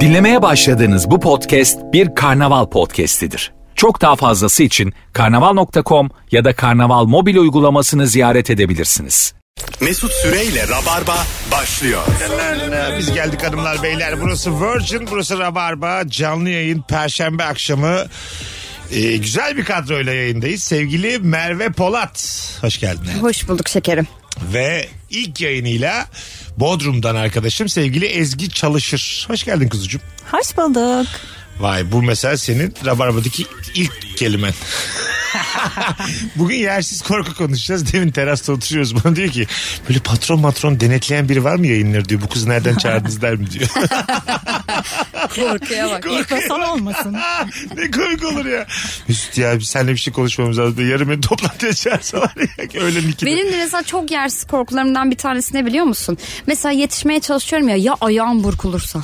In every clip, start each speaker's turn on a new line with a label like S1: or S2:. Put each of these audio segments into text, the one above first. S1: Dinlemeye başladığınız bu podcast bir karnaval podcastidir. Çok daha fazlası için karnaval.com ya da karnaval mobil uygulamasını ziyaret edebilirsiniz.
S2: Mesut Süreyle Rabarba başlıyor.
S3: Ee, Biz geldik hanımlar beyler. Burası Virgin, burası Rabarba. Canlı yayın Perşembe akşamı. Ee, güzel bir kadroyla yayındayız. Sevgili Merve Polat. Hoş geldin.
S4: Hoş bulduk şekerim.
S3: Ve ilk yayınıyla Bodrum'dan arkadaşım sevgili Ezgi Çalışır. Hoş geldin kuzucuğum.
S5: Hoş bulduk.
S3: Vay bu mesela senin Rabarba'daki ilk kelimen. Bugün yersiz korku konuşacağız. Demin terasta oturuyoruz. Bana diyor ki böyle patron matron denetleyen biri var mı yayınları diyor. Bu kızı nereden çağırdınız der mi diyor.
S4: Korkuya bak.
S5: İlk ve son olmasın.
S3: Ah, ne komik olur ya. Mesut ya biz seninle bir şey konuşmamız lazım. Yarın beni toplantıya çağırsalar ya. Öyle mi
S4: Benim de mesela çok yersiz korkularımdan bir tanesi ne biliyor musun? Mesela yetişmeye çalışıyorum ya ya ayağım burkulursa.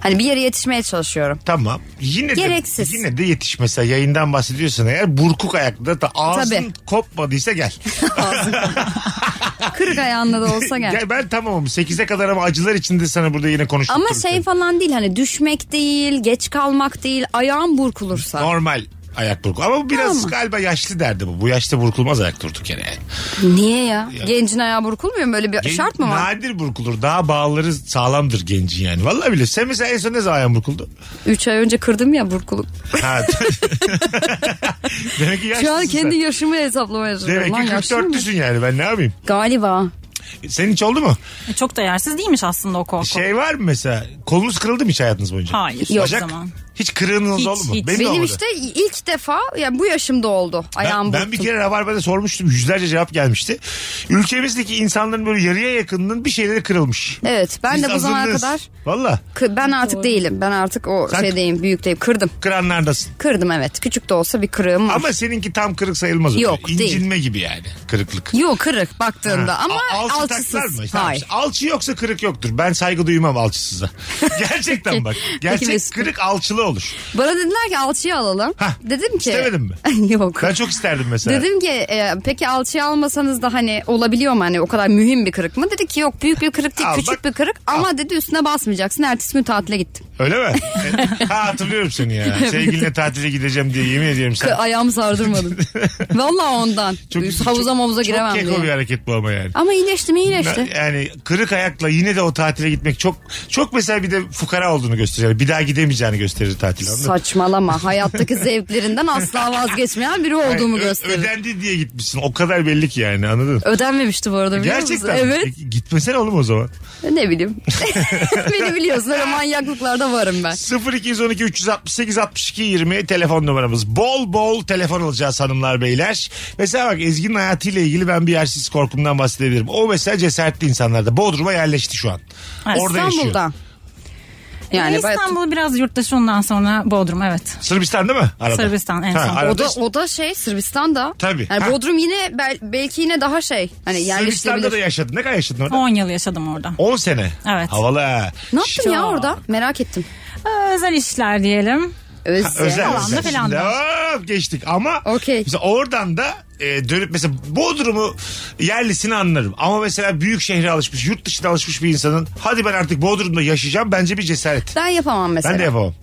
S4: Hani bir yere yetişmeye çalışıyorum.
S3: Tamam. Yine
S4: Gereksiz.
S3: de yine de yetiş mesela yayından bahsediyorsan eğer burkuk ayakta da ağzın
S4: Tabii.
S3: kopmadıysa gel.
S4: Kırık ayağında da olsa gel.
S3: gel ben tamamım. 8'e kadar ama acılar içinde sana burada yine konuştuk.
S4: Ama
S3: tabii
S4: şey
S3: ki.
S4: falan değil hani düşmek değil, geç kalmak değil, ayağım burkulursa.
S3: normal ayak burku. Ama bu biraz
S4: Tamam.
S3: galiba yaşlı derdi bu. Bu yaşta burkulmaz ayak durduk yere.
S4: Niye ya? Gencin ayağı burkulmuyor mu? Böyle bir
S3: Gen-
S4: şart mı var?
S3: Nadir burkulur. Daha bağları sağlamdır gencin yani. Vallahi bile. Sen mesela en son ne zaman ayağın burkuldu?
S4: 3 ay önce kırdım ya burkuluk.
S3: Ha. Demek ki yaşlısın
S4: Şu an kendi
S3: sen.
S4: yaşımı hesaplamaya çalışıyorum.
S3: Demek
S4: Lan
S3: ki
S4: yaşlı mı?
S3: 44'lüsün yani ben ne yapayım?
S4: Galiba.
S3: Senin hiç oldu mu?
S5: E, Çok da yersiz değilmiş aslında o korku.
S3: Şey var mı mesela? Kolunuz kırıldı mı hiç hayatınız boyunca?
S5: Hayır.
S4: Yok.
S3: Bacak?
S5: zaman.
S3: Hiç kırığınız
S5: Hiç,
S3: oldu mu?
S5: hiç.
S3: Benim, de
S4: Benim
S3: olmadı.
S4: işte ilk defa yani bu yaşımda oldu. Ayağım
S3: Ben, ben
S4: burktu.
S3: bir kere Rabarba'da sormuştum. Yüzlerce cevap gelmişti. Ülkemizdeki insanların böyle yarıya yakınının bir şeyleri kırılmış.
S4: Evet ben
S3: Biz
S4: de bu zamana
S3: hazırlığız.
S4: kadar
S3: Valla
S4: Kı- Ben artık değilim. Ben artık o şey
S3: Sen-
S4: şeydeyim, büyükteyim. Kırdım.
S3: kıranlardasın.
S4: Kırdım evet. Küçük de olsa bir kırığım var.
S3: Ama seninki tam kırık sayılmaz. o.
S4: Yok, değil.
S3: İncinme gibi yani kırıklık.
S4: Yok kırık baktığında
S3: Ha.
S4: ama
S3: A- alçı taklar
S4: alçısız.
S3: mı? İşte
S4: Hayır.
S3: Alçı yoksa kırık yoktur. Ben saygı duymam alçısıza. Gerçekten bak. Gerçek
S4: Mesut.
S3: kırık alçılı olur.
S4: Bana dediler ki alçıyı alalım.
S3: Hah,
S4: Dedim ki.
S3: istemedin mi?
S4: Yok.
S3: Ben çok isterdim mesela.
S4: Dedim ki e, peki alçıyı almasanız da hani olabiliyor mu hani o kadar mühim bir kırık mı? Dedi ki yok büyük bir kırık değil
S3: Al
S4: küçük
S3: bak.
S4: bir kırık ama dedi üstüne basmayacaksın. Ertesi gün tatile gittim.
S3: Öyle mi? ha hatırlıyorum seni ya. Sevgilinle tatile gideceğim diye yemin ediyorum
S4: Kı-
S3: sen.
S4: ayağımı sardırmadım. Vallahi ondan. havuza mavuza giremem
S3: Çok
S4: diye.
S3: keko bir hareket bu ama yani.
S4: Ama iyileştim iyileşti.
S3: Yani kırık ayakla yine de o tatile gitmek çok çok mesela bir de fukara olduğunu gösterir. Yani Bir daha gidemeyeceğini gösterir tatil anladın mı?
S4: Saçmalama. Hayattaki zevklerinden asla vazgeçmeyen biri
S3: Yani
S4: olduğumu
S3: ö-
S4: gösterir.
S3: Ödendi diye gitmişsin. O kadar belli ki yani anladın mı?
S4: Ödenmemişti bu arada biliyor
S3: Gerçekten.
S4: musun?
S3: E, Gitmesene oğlum o zaman.
S4: Evet. Ne bileyim. Beni biliyorsun öyle manyaklıklarda varım ben.
S3: 0212 368 62 20 telefon numaramız. Bol bol telefon alacağız hanımlar beyler. Mesela bak Ezgi'nin hayatıyla ilgili ben bir yersiz korkumdan bahsedebilirim. O mesela cesaretli insanlarda. Bodrum'a yerleşti şu an.
S5: Ha,
S3: Orada yaşıyor.
S4: İstanbul'da. Yani
S5: Yani
S4: ben-
S5: İstanbul biraz yurttaşı ondan sonra Bodrum evet.
S3: Sırbistan değil mi? Arada.
S5: Sırbistan en son.
S3: arada
S4: o da
S3: işte-
S4: o da şey Sırbistan'da.
S3: Tabii.
S4: Yani
S3: Ha.
S4: Bodrum yine bel- belki yine daha şey hani
S3: Sırbistan'da da
S4: yerleştirilebilir.
S3: yaşadın. Ne kadar yaşadın orada?
S5: 10 yıl yaşadım orada.
S3: 10 sene.
S5: Evet.
S3: Havalı ha.
S4: Ne yaptın ya
S5: Şu-
S4: orada? Merak ettim.
S5: Ee, Özel işler diyelim.
S4: Öz.
S3: Özel.
S5: Falan da
S3: özel.
S5: falan da.
S3: Şimdi hop geçtik ama
S4: Okey.
S3: mesela oradan da e, dönüp mesela Bodrum'u yerlisini anlarım. Ama mesela büyük şehre alışmış, yurt dışına alışmış bir insanın hadi ben artık Bodrum'da yaşayacağım bence bir cesaret.
S4: Ben yapamam mesela.
S3: Ben de yapamam.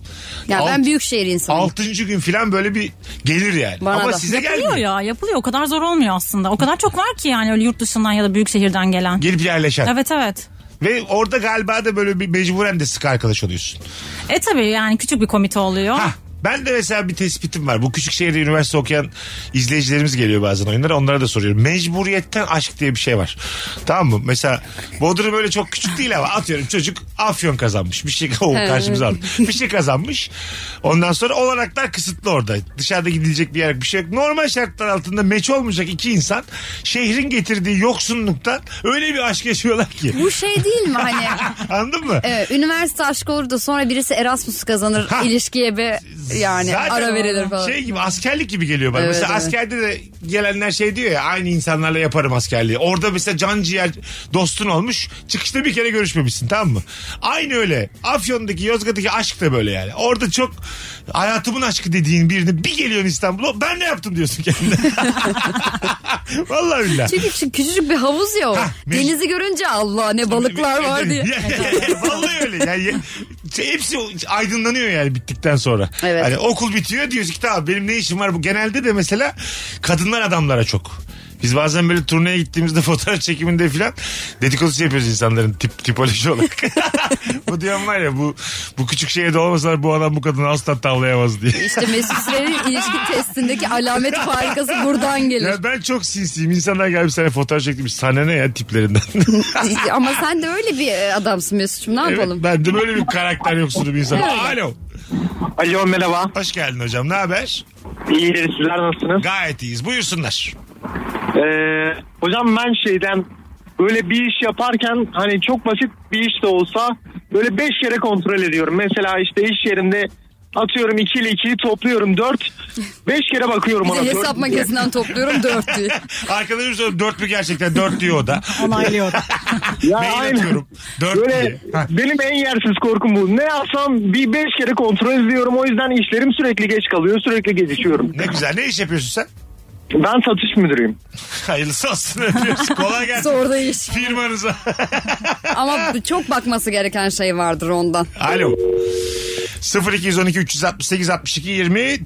S4: Ya
S3: Alt-
S4: ben büyük şehir insanıyım.
S3: Altıncı gün falan böyle bir gelir yani.
S4: Bana
S3: ama
S4: da.
S3: size
S5: Yapılıyor
S3: gelmiyor.
S5: ya yapılıyor o kadar zor olmuyor aslında. O kadar çok var ki yani öyle yurt dışından ya da büyük şehirden gelen.
S3: Gelip yerleşen.
S5: Evet evet.
S3: Ve orada galiba da böyle bir mecburen de sık arkadaş oluyorsun.
S5: E tabii yani küçük bir komite oluyor.
S3: Hah, Ben de mesela bir tespitim var. Bu küçük şehirde üniversite okuyan izleyicilerimiz geliyor bazen oyunlara. Onlara da soruyorum. Mecburiyetten aşk diye bir şey var. Tamam mı? Mesela Bodrum öyle çok küçük değil ama atıyorum çocuk afyon kazanmış. Bir şey o karşımıza aldı. Bir şey kazanmış. Ondan sonra olanaklar kısıtlı orada. Dışarıda gidilecek bir yer bir şey yok. Normal şartlar altında meç olmayacak iki insan şehrin getirdiği yoksunluktan öyle bir aşk yaşıyorlar ki.
S4: Bu şey değil mi hani
S3: Anladın mı?
S4: e, üniversite aşkı olur da sonra birisi Erasmus kazanır
S3: Ha.
S4: ilişkiye bir yani
S3: Zaten
S4: ara verilir falan.
S3: Şey gibi askerlik gibi geliyor bana.
S4: Evet,
S3: mesela
S4: evet.
S3: askerde de gelenler şey diyor ya aynı insanlarla yaparım askerliği. Orada mesela can ciğer dostun olmuş. Çıkışta bir kere görüşmemişsin tamam mı? Aynı öyle. Afyon'daki Yozgat'taki aşk da böyle yani. Orada çok hayatımın aşkı dediğin birini bir geliyorsun İstanbul'a ben ne yaptım diyorsun kendine. Vallahi billahi.
S4: Çünkü şu küçücük bir havuz ya o.
S3: Hah, mec-
S4: Denizi görünce Allah ne balıklar
S3: şey
S4: var diye.
S3: Vallahi öyle. Yani ye- şey, hepsi aydınlanıyor yani bittikten sonra.
S4: Evet.
S3: Hani okul bitiyor diyoruz ki tamam benim ne işim var bu. Genelde de mesela kadınlar adamlara çok. Biz bazen böyle turneye gittiğimizde fotoğraf çekiminde filan dedikodusu yapıyoruz insanların tip tipoloji olarak. bu diyen var ya bu bu küçük şeye de olmasalar bu adam bu kadını asla tavlayamaz diye.
S4: İşte Mesut Süren'in ilişki testindeki alamet farikası buradan gelir.
S3: Ya ben çok sinsiyim. İnsanlar gelmiş sana fotoğraf çektirmiş. Sana ne ya tiplerinden.
S4: Ama sen de öyle bir e, adamsın Mesut'cum ne
S3: evet,
S4: yapalım?
S3: ben de böyle bir karakter yoksunu bir insan. Alo.
S6: Alo merhaba.
S3: Hoş geldin hocam. Ne haber?
S6: İyidir sizler nasılsınız?
S3: Gayet iyiyiz. Buyursunlar.
S6: Ee, hocam ben şeyden böyle bir iş yaparken hani çok basit bir iş de olsa böyle 5 yere kontrol ediyorum. Mesela işte iş yerimde atıyorum 2 ile 2'yi topluyorum 4. 5 kere bakıyorum
S4: Bir
S6: ona.
S4: de
S6: dört
S4: hesap
S6: diye.
S4: makinesinden topluyorum dört diye.
S3: Arkadaşım soruyor dört mü gerçekten? Dört diyor o da.
S5: Onaylıyor.
S6: Ya
S3: Mail
S6: aynen.
S3: atıyorum. Dört
S6: Böyle
S3: diye. Ha.
S6: benim en yersiz korkum bu. Ne yapsam bir 5 kere kontrol ediyorum. O yüzden işlerim sürekli geç kalıyor. Sürekli gecişiyorum.
S3: Ne güzel. Ne iş yapıyorsun sen?
S6: Ben satış müdürüyüm.
S3: Hayırlısı olsun. Öpüyoruz. Kolay gelsin.
S4: Zor da iş.
S3: Firmanıza.
S4: Ama bu çok bakması gereken şey vardır ondan.
S3: Alo. 0212 368 62 20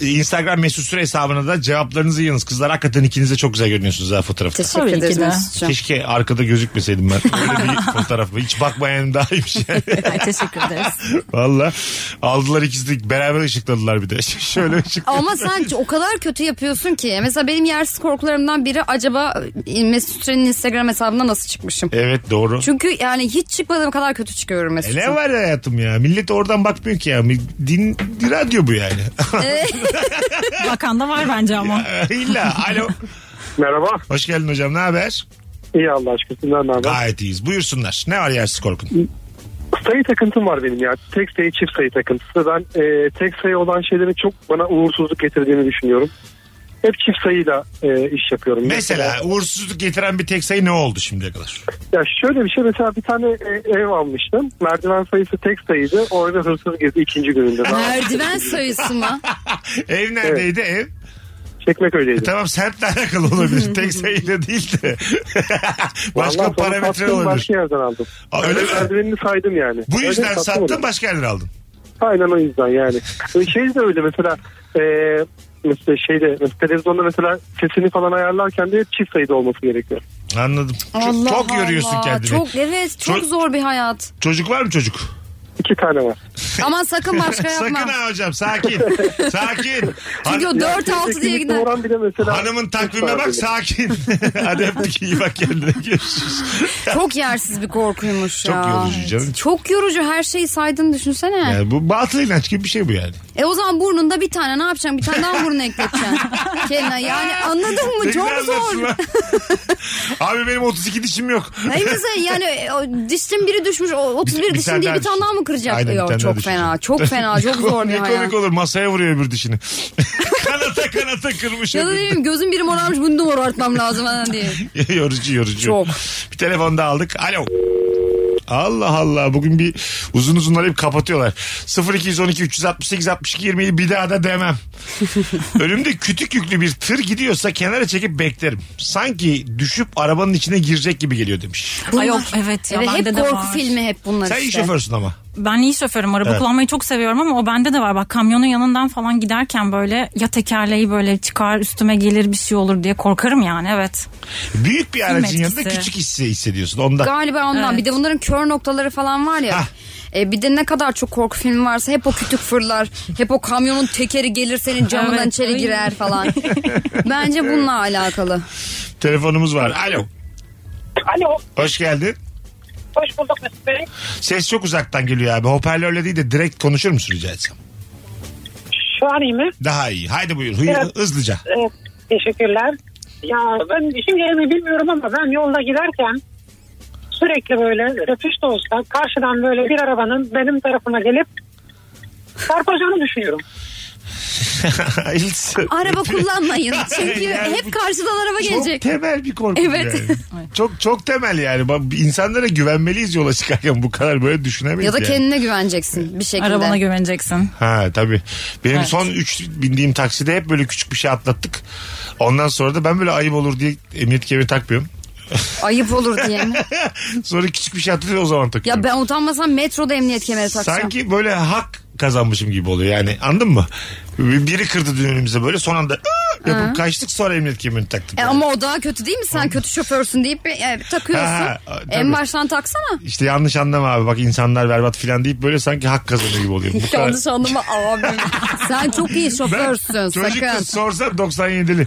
S3: Instagram mesut süre hesabına da cevaplarınızı yığınız. Kızlar hakikaten ikiniz de çok güzel görünüyorsunuz ha fotoğrafta.
S4: Teşekkür
S5: Tabii ki
S4: ederiz
S5: de.
S4: Mesut'cum.
S3: Keşke arkada gözükmeseydim ben. Öyle bir fotoğrafı. Hiç bakmayan daha iyiymiş yani.
S5: Ay, teşekkür ederiz.
S3: Valla. Aldılar ikisi de beraber ışıkladılar bir de. Şöyle ışıkladılar.
S4: Ama sen o kadar kötü yapıyorsun ki. Mesela benim yersiz korkularımdan biri acaba e, Mesut Süren'in Instagram hesabına nasıl çıkmışım?
S3: Evet doğru.
S4: Çünkü yani hiç çıkmadığım kadar kötü çıkıyorum
S3: E
S4: Mesut'cum.
S3: ne var hayatım ya? Millet oradan bakmıyor ki ya. Din, radyo bu yani.
S5: Bakan da var bence ama.
S3: İlla. Alo.
S6: Merhaba.
S3: Hoş geldin hocam. Ne haber?
S6: İyi Allah aşkına. Sizden ne haber?
S3: Gayet iyiyiz. Buyursunlar. Ne var yersiz korkun?
S6: Sayı takıntım var benim ya. Tek sayı çift sayı takıntısı. Ben e, tek sayı olan şeylerin çok bana uğursuzluk getirdiğini düşünüyorum. Hep çift sayıyla e, iş yapıyorum.
S3: Mesela uğursuzluk getiren bir tek sayı ne oldu şimdiye kadar?
S6: Ya şöyle bir şey mesela bir tane e, ev almıştım. Merdiven sayısı tek sayıydı. Orada hırsız girdi ikinci gününde.
S4: Merdiven sayısı mı?
S3: Ev neredeydi ev?
S6: Çekmek öyleydi.
S3: Tamam semtle alakalı olabilir. tek sayıyla değil de. başka
S6: Vallahi sonra
S3: parametre
S6: sattım,
S3: olabilir.
S6: Başka yerden aldım.
S3: Aa, öyle mi?
S6: Merdivenini saydım yani.
S3: Bu
S6: Öyle
S3: yüzden
S6: sattım
S3: sattın
S6: onu.
S3: başka yerden aldın.
S6: Aynen o yüzden yani. Ee, şey de öyle mesela e, mesela şeyde mesela televizyonda mesela sesini falan ayarlarken de hep çift sayıda olması gerekiyor.
S3: Anladım. Çok,
S4: Allah
S3: çok yoruyorsun
S4: Allah.
S3: kendini.
S4: Çok evet çok
S3: Çok-
S4: zor bir hayat.
S3: Çocuk var mı çocuk?
S6: İki tane var.
S4: Aman sakın başka
S3: Sakın
S4: yapma.
S3: ha hocam sakin. sakin. Han-
S4: Çünkü o
S6: Ya
S4: 4-6 diye
S6: elektrikli
S4: gider.
S6: oran bile mesela
S3: hanımın
S6: üç
S3: takvime
S6: tane
S3: bak
S6: bile.
S3: sakin. Hadi öptük iyi bak kendine görüşürüz.
S4: Çok yersiz bir korkuymuş
S3: Çok
S4: ya.
S3: yorucu canım.
S4: Çok yorucu her şeyi saydın düşünsene.
S3: Yani bu batıl inanç gibi bir şey bu yani.
S4: E o zaman burnunda bir tane ne yapacaksın? Bir tane daha burnu ekleteceksin. Kendine yani anladın mı?
S3: Ne
S4: Çok
S3: güzel anlatsın
S4: zor.
S3: lan. Abi benim 32 dişim yok.
S4: Hayır mesela yani e, o dişin biri düşmüş. O 31
S3: Bir- bir tane
S4: dişin diye
S3: daha
S4: bir tane daha mı kıracak?
S3: Aynen, bir
S4: Yok,
S3: tane daha
S4: çok
S3: düşecek.
S4: fena. Çok fena. Çok zor bir
S3: ne
S4: hayat.
S3: komik olur masaya vuruyor öbür dişini. kanata kanata kırmış
S4: Ya da
S3: öbür.
S4: diyeyim gözüm biri morarmış bunu da morartmam lazım falan diye.
S3: yorucu yorucu.
S4: Çok.
S3: Bir telefon daha aldık. Alo. Allah Allah bugün bir uzun uzunları hep kapatıyorlar. 0212 368 62 20'yi bir daha da demem. Önümde kütük yüklü bir tır gidiyorsa kenara çekip beklerim. Sanki düşüp arabanın içine girecek gibi geliyor demiş.
S5: Ay yok evet ya
S4: Evet,
S5: bende
S4: hep
S5: de
S4: korku
S5: var.
S4: filmi hep bunlar
S3: Sen iyi
S4: işte.
S3: şoförsün ama.
S5: Ben iyi şoförüm araba
S3: Evet.
S5: kullanmayı çok seviyorum ama o bende de var. Bak kamyonun yanından falan giderken böyle ya tekerleği böyle çıkar üstüme gelir bir şey olur diye korkarım yani evet.
S3: Büyük bir aracın
S5: Film
S3: yanında
S5: etkisi.
S3: küçük hisse hissediyorsun ondan.
S4: Galiba ondan.
S5: Evet.
S4: Bir de bunların kör noktaları falan var ya.
S3: Hah.
S4: E, bir de ne kadar çok korku filmi varsa hep o kütük fırlar. Hep o kamyonun tekeri gelir senin camından
S5: Evet,
S4: içeri
S5: ay.
S4: girer falan. Bence bununla alakalı.
S3: Telefonumuz var. Alo.
S7: Alo,
S3: Hoş geldin.
S7: hoş bulduk Mesut Bey.
S3: Ses çok uzaktan geliyor abi. Hoparlörle değil de direkt konuşur musun rica etsem?
S7: Şu an iyi mi?
S3: Daha iyi. Haydi buyur. Hı-
S7: Evet.
S3: Hızlıca.
S7: Evet, Ee, teşekkürler. Ya ben işim yerini bilmiyorum ama ben yolda giderken sürekli böyle rötuş da olsa karşıdan böyle bir arabanın benim tarafıma gelip Çarpacağını düşünüyorum.
S3: İlk-
S4: Araba kullanmayın. Çünkü
S3: Yani
S4: hep karşıdan araba gelecek.
S3: Çok temel bir korku.
S4: Evet.
S3: Yani. çok çok temel yani. Bak, İnsanlara güvenmeliyiz yola çıkarken bu kadar böyle düşünemeyiz.
S4: Ya da
S3: yani.
S4: kendine güveneceksin bir şekilde.
S5: Arabana güveneceksin.
S3: Ha tabii. Benim
S5: Evet.
S3: son 3 bindiğim takside hep böyle küçük bir şey atlattık. Ondan sonra da ben böyle ayıp olur diye emniyet kemeri takmıyorum.
S4: Ayıp olur diye mi?
S3: Sonra küçük bir şey atlatıyor o zaman takıyorum.
S4: Ya ben utanmasam metroda emniyet kemeri taksam.
S3: Sanki böyle hak kazanmışım gibi oluyor yani anladın mı? Biri kırdı dönümümüze böyle son anda "Aa!" yapıp kaçtık sonra emniyet kemerini taktık.
S4: E
S3: yani.
S4: ama o daha kötü değil mi? Sen kötü şoförsün deyip e, takıyorsun.
S3: Ha, ha, tabii.
S4: en baştan taksana.
S3: İşte yanlış anlama abi bak insanlar berbat filan deyip böyle sanki hak kazanıyor gibi oluyor. Bu kadar-
S4: Yanlış anlama abi. Sen çok iyi
S3: Ben
S4: şoförsün
S3: çocuk
S4: sakın.
S3: kız sorsam 97'li.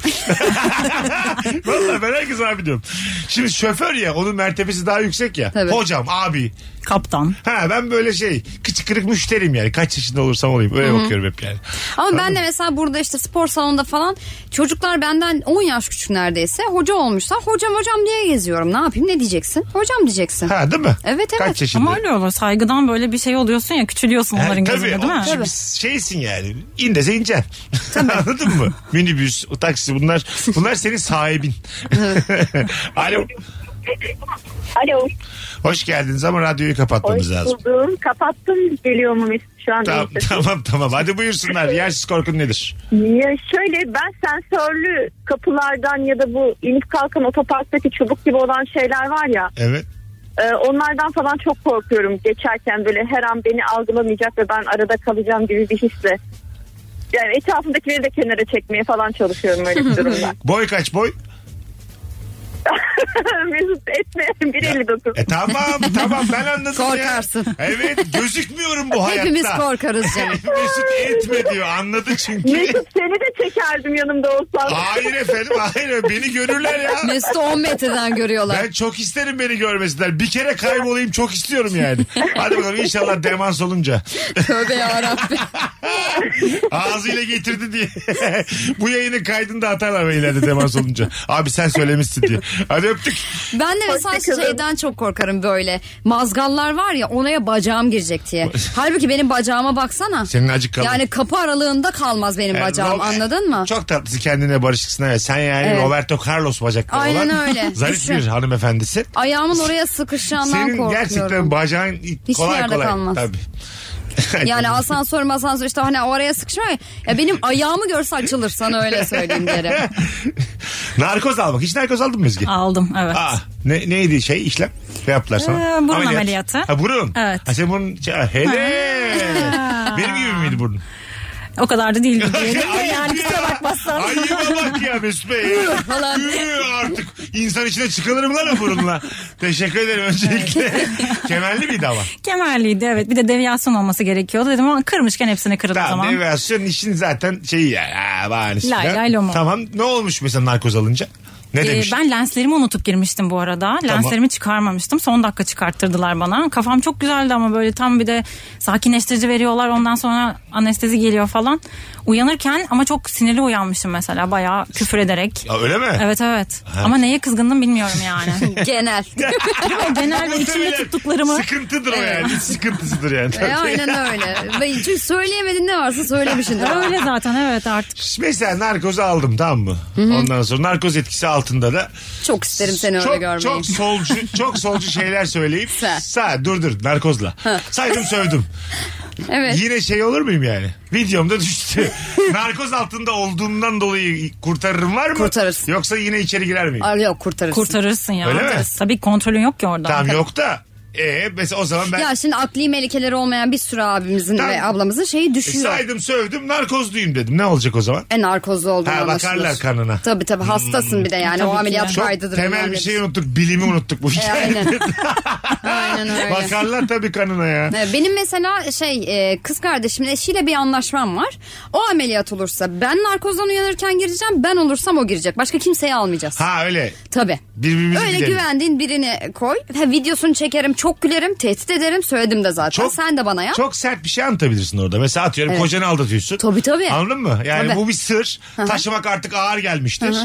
S3: Vallahi ben herkes abi diyorum. Şimdi şoför ya onun mertebesi daha yüksek ya.
S4: Tabii.
S3: Hocam abi.
S5: Kaptan.
S3: Ha ben böyle şey kıçı kırık müşterim yani. Kaç yaşında olursam olayım. Öyle bakıyorum hep yani.
S4: Ama ben de mesela burada işte spor salonunda falan çocuklar benden 10 yaş küçük neredeyse hoca olmuşlar. Hocam hocam diye geziyorum. Ne yapayım ne diyeceksin? Hocam diyeceksin.
S3: Ha değil mi?
S4: Evet, evet.
S3: Kaç yaşında?
S5: Ama öyle olur. Saygıdan böyle bir şey oluyorsun ya küçülüyorsun
S3: Ha,
S5: onların
S3: tabii,
S5: gözünde değil mi?
S3: onun için bir şeysin yani. İn dese ineceksin. Anladın mı? Minibüs, o taksi bunlar bunlar senin sahibin. Alo.
S8: Alo.
S3: Hoş geldiniz ama radyoyu kapatmamız
S8: Hoş
S3: lazım.
S8: buldum. Kapattım. Geliyor mu Mesut şu an?
S3: Tamam
S8: Mesut?
S3: tamam tamam. Hadi buyursunlar. Yersiz korkun nedir?
S8: Ya şöyle ben sensörlü kapılardan ya da bu inip kalkan otoparktaki çubuk gibi olan şeyler var ya
S3: Evet.
S8: e, onlardan falan çok korkuyorum geçerken böyle her an beni algılamayacak ve ben arada kalacağım gibi bir hisle. Yani etrafımdakileri de kenara çekmeye falan çalışıyorum öyle bir durumda.
S3: Boy kaç boy?
S8: Mesut etme 1.59.
S3: E tamam tamam ben anladım ya.
S4: Korkarsın.
S3: Evet gözükmüyorum bu hayatta.
S4: Hepimiz korkarız canım.
S3: Mesut etme diyor anladı çünkü.
S8: Mesut seni de çekerdim yanımda olsan.
S3: hayır efendim hayır beni görürler ya.
S4: Mesut'u 10 metreden görüyorlar.
S3: Ben çok isterim beni görmesinler. Bir kere kaybolayım çok istiyorum yani. Hadi bakalım inşallah demans olunca.
S4: Tövbe yarabbim.
S3: Ağzıyla getirdi diye. Bu yayının kaydını da atarlar ve ileride demans olunca. Abi sen söylemişsin diye. Hadi öptük.
S4: Ben de mesela
S8: Hoşçakalın.
S4: şeyden çok korkarım böyle. Mazgallar var ya onaya bacağım girecek diye. Halbuki benim bacağıma baksana.
S3: Senin acık kalın.
S4: Yani kapı aralığında kalmaz benim
S3: Yani
S4: bacağım
S3: Rob-
S4: anladın mı?
S3: Çok tatlısı kendine barışıksın. Evet. Sen yani
S4: Evet.
S3: Roberto Carlos bacakları
S4: Aynen
S3: olan
S4: öyle.
S3: zarif
S4: Düşün.
S3: bir hanımefendisi.
S4: Ayağımın oraya sıkışacağından
S3: Senin
S4: korkuyorum.
S3: gerçekten bacağın kolay
S4: yerde
S3: kolay.
S4: kalmaz.
S3: Tabii.
S4: Yani asansör masansör işte hani oraya sıkışma ya. Ya benim ayağımı görse açılır sana öyle söyleyeyim derim.
S3: narkoz almak. Hiç narkoz aldın mı Ezgi?
S5: Aldım evet.
S3: Aa, ne, neydi şey işlem? Ne yaptılar sana?
S5: Ee, burun ameliyatı.
S3: Ha burun.
S5: Evet.
S3: Ha sen burun. Ha, Hele. Benim gibi miydi burun?
S5: O kadar da değil diyelim de
S3: Ayıp
S5: yani
S3: ya.
S5: kusura bakmazsan.
S3: Ayıba bak ya Mesut Bey. ya.
S4: falan.
S3: Yürü artık. İnsan içine çıkılır mı lan o burunla? Teşekkür ederim öncelikle. Kemerli miydi ama?
S5: Kemerliydi evet bir de deviyasyon olması gerekiyordu dedim ama kırmışken hepsini kırdı o
S3: Tamam
S5: zaman.
S3: devrasyon işin zaten şeyi ya. Ha, bahanesi.
S5: Lay
S3: falan.
S5: lay lomo.
S3: Tamam ne olmuş mesela narkoz alınca? Ne
S5: Ee,
S3: demiş?
S5: ben lenslerimi unutup girmiştim bu arada. Lenslerimi çıkarmamıştım. Son dakika çıkarttırdılar bana. Kafam çok güzeldi ama böyle tam bir de sakinleştirici veriyorlar. Ondan sonra anestezi geliyor falan. Uyanırken ama çok sinirli uyanmışım mesela. Bayağı küfür ederek.
S3: Aa, öyle mi?
S5: Evet evet. Ama neye kızgındım bilmiyorum yani.
S4: Genel.
S5: Genelde içimde
S3: Muhtemelen
S5: tuttuklarımı.
S3: Sıkıntıdır o yani. Sıkıntısıdır yani.
S4: E, aynen öyle. Ve Çünkü söyleyemediğin ne varsa söylemişsin.
S5: Öyle zaten evet artık.
S3: Mesela narkozu aldım tamam mı? Ondan sonra narkoz etkisi altında da
S4: Çok isterim seni
S3: çok,
S4: öyle görmeyi.
S3: çok solcu çok solcu şeyler söyleyip
S4: Sen.
S3: sa dur dur narkozla. Saydım sövdüm.
S4: Evet.
S3: Yine şey olur muyum yani? Videomda düştü. Narkoz altında olduğumdan dolayı kurtarırım var mı?
S4: Kurtarırsın.
S3: Yoksa yine içeri girer miyim?
S4: Ar- yok kurtarırsın.
S5: Kurtarırsın ya.
S3: Öyle mi?
S5: Tabii kontrolün yok ki orada.
S3: tamam yok da. E mesela o zaman ben
S4: Ya şimdi akli melikeleri olmayan bir sürü abimizin
S3: Tamam.
S4: ve ablamızın
S3: E,
S4: şeyi düşüyor.
S3: saydım sövdüm narkozluyum dedim. Ne olacak o zaman?
S4: en narkozlu olduğunu
S3: Ha,
S4: anlaşılır.
S3: bakarlar kanına.
S4: Tabii tabii hastasın bir de yani
S5: Tabii
S4: o
S5: ki
S4: ameliyat
S5: yani.
S3: Çok
S4: kaydıdır.
S3: temel
S4: bilmem
S3: bir
S4: nedir.
S3: şey unuttuk. Bilimi unuttuk bu
S4: E,
S3: hikayede.
S4: aynen. aynen öyle.
S3: Bakarlar tabii kanına ya.
S4: E, Benim mesela şey e, kız kardeşimin eşiyle bir anlaşmam var. O ameliyat olursa ben narkozdan uyanırken gireceğim. Ben olursam o girecek. Başka kimseyi almayacağız.
S3: Ha öyle.
S4: Tabii.
S3: Birbirimizi
S4: Öyle
S3: bilelim.
S4: güvendiğin birini koy. Ha, videosunu çekerim, çok gülerim, tehdit ederim. Söyledim de zaten. Sen de bana yap.
S3: Çok sert bir şey anlatabilirsin orada. Mesela atıyorum
S4: Evet.
S3: kocanı aldatıyorsun.
S4: Tabii, tabii.
S3: Anladın mı? Yani
S4: Tabii.
S3: bu bir sır. Taşımak artık ağır gelmiştir.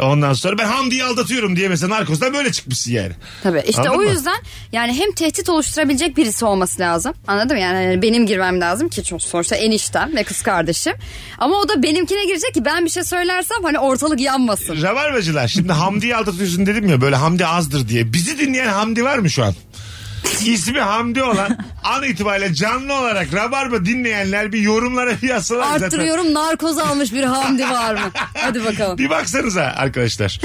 S3: Ondan sonra ben Hamdi'yi aldatıyorum diye mesela narkozdan böyle çıkmışsın yani.
S4: Tabii. İşte
S3: Anladın
S4: o
S3: mı?
S4: yüzden yani hem tehdit oluşturabilecek birisi olması lazım. Anladın mı? Yani hani benim girmem lazım ki çok sonuçta eniştem ve kız kardeşim. Ama o da benimkine girecek ki ben bir şey söylersem hani ortalık yanmasın.
S3: Rabarbacılar şimdi Hamdi'yi aldatıyorsun dedim ya böyle Hamdi azdır diye. Bizi dinleyen Hamdi var mı şu an? İsmi Hamdi olan an itibariyle canlı olarak Rabarba dinleyenler bir yorumlara bir yazsalar zaten.
S4: Arttırıyorum narkoz almış bir Hamdi var mı? Hadi bakalım.
S3: Bir baksanıza arkadaşlar.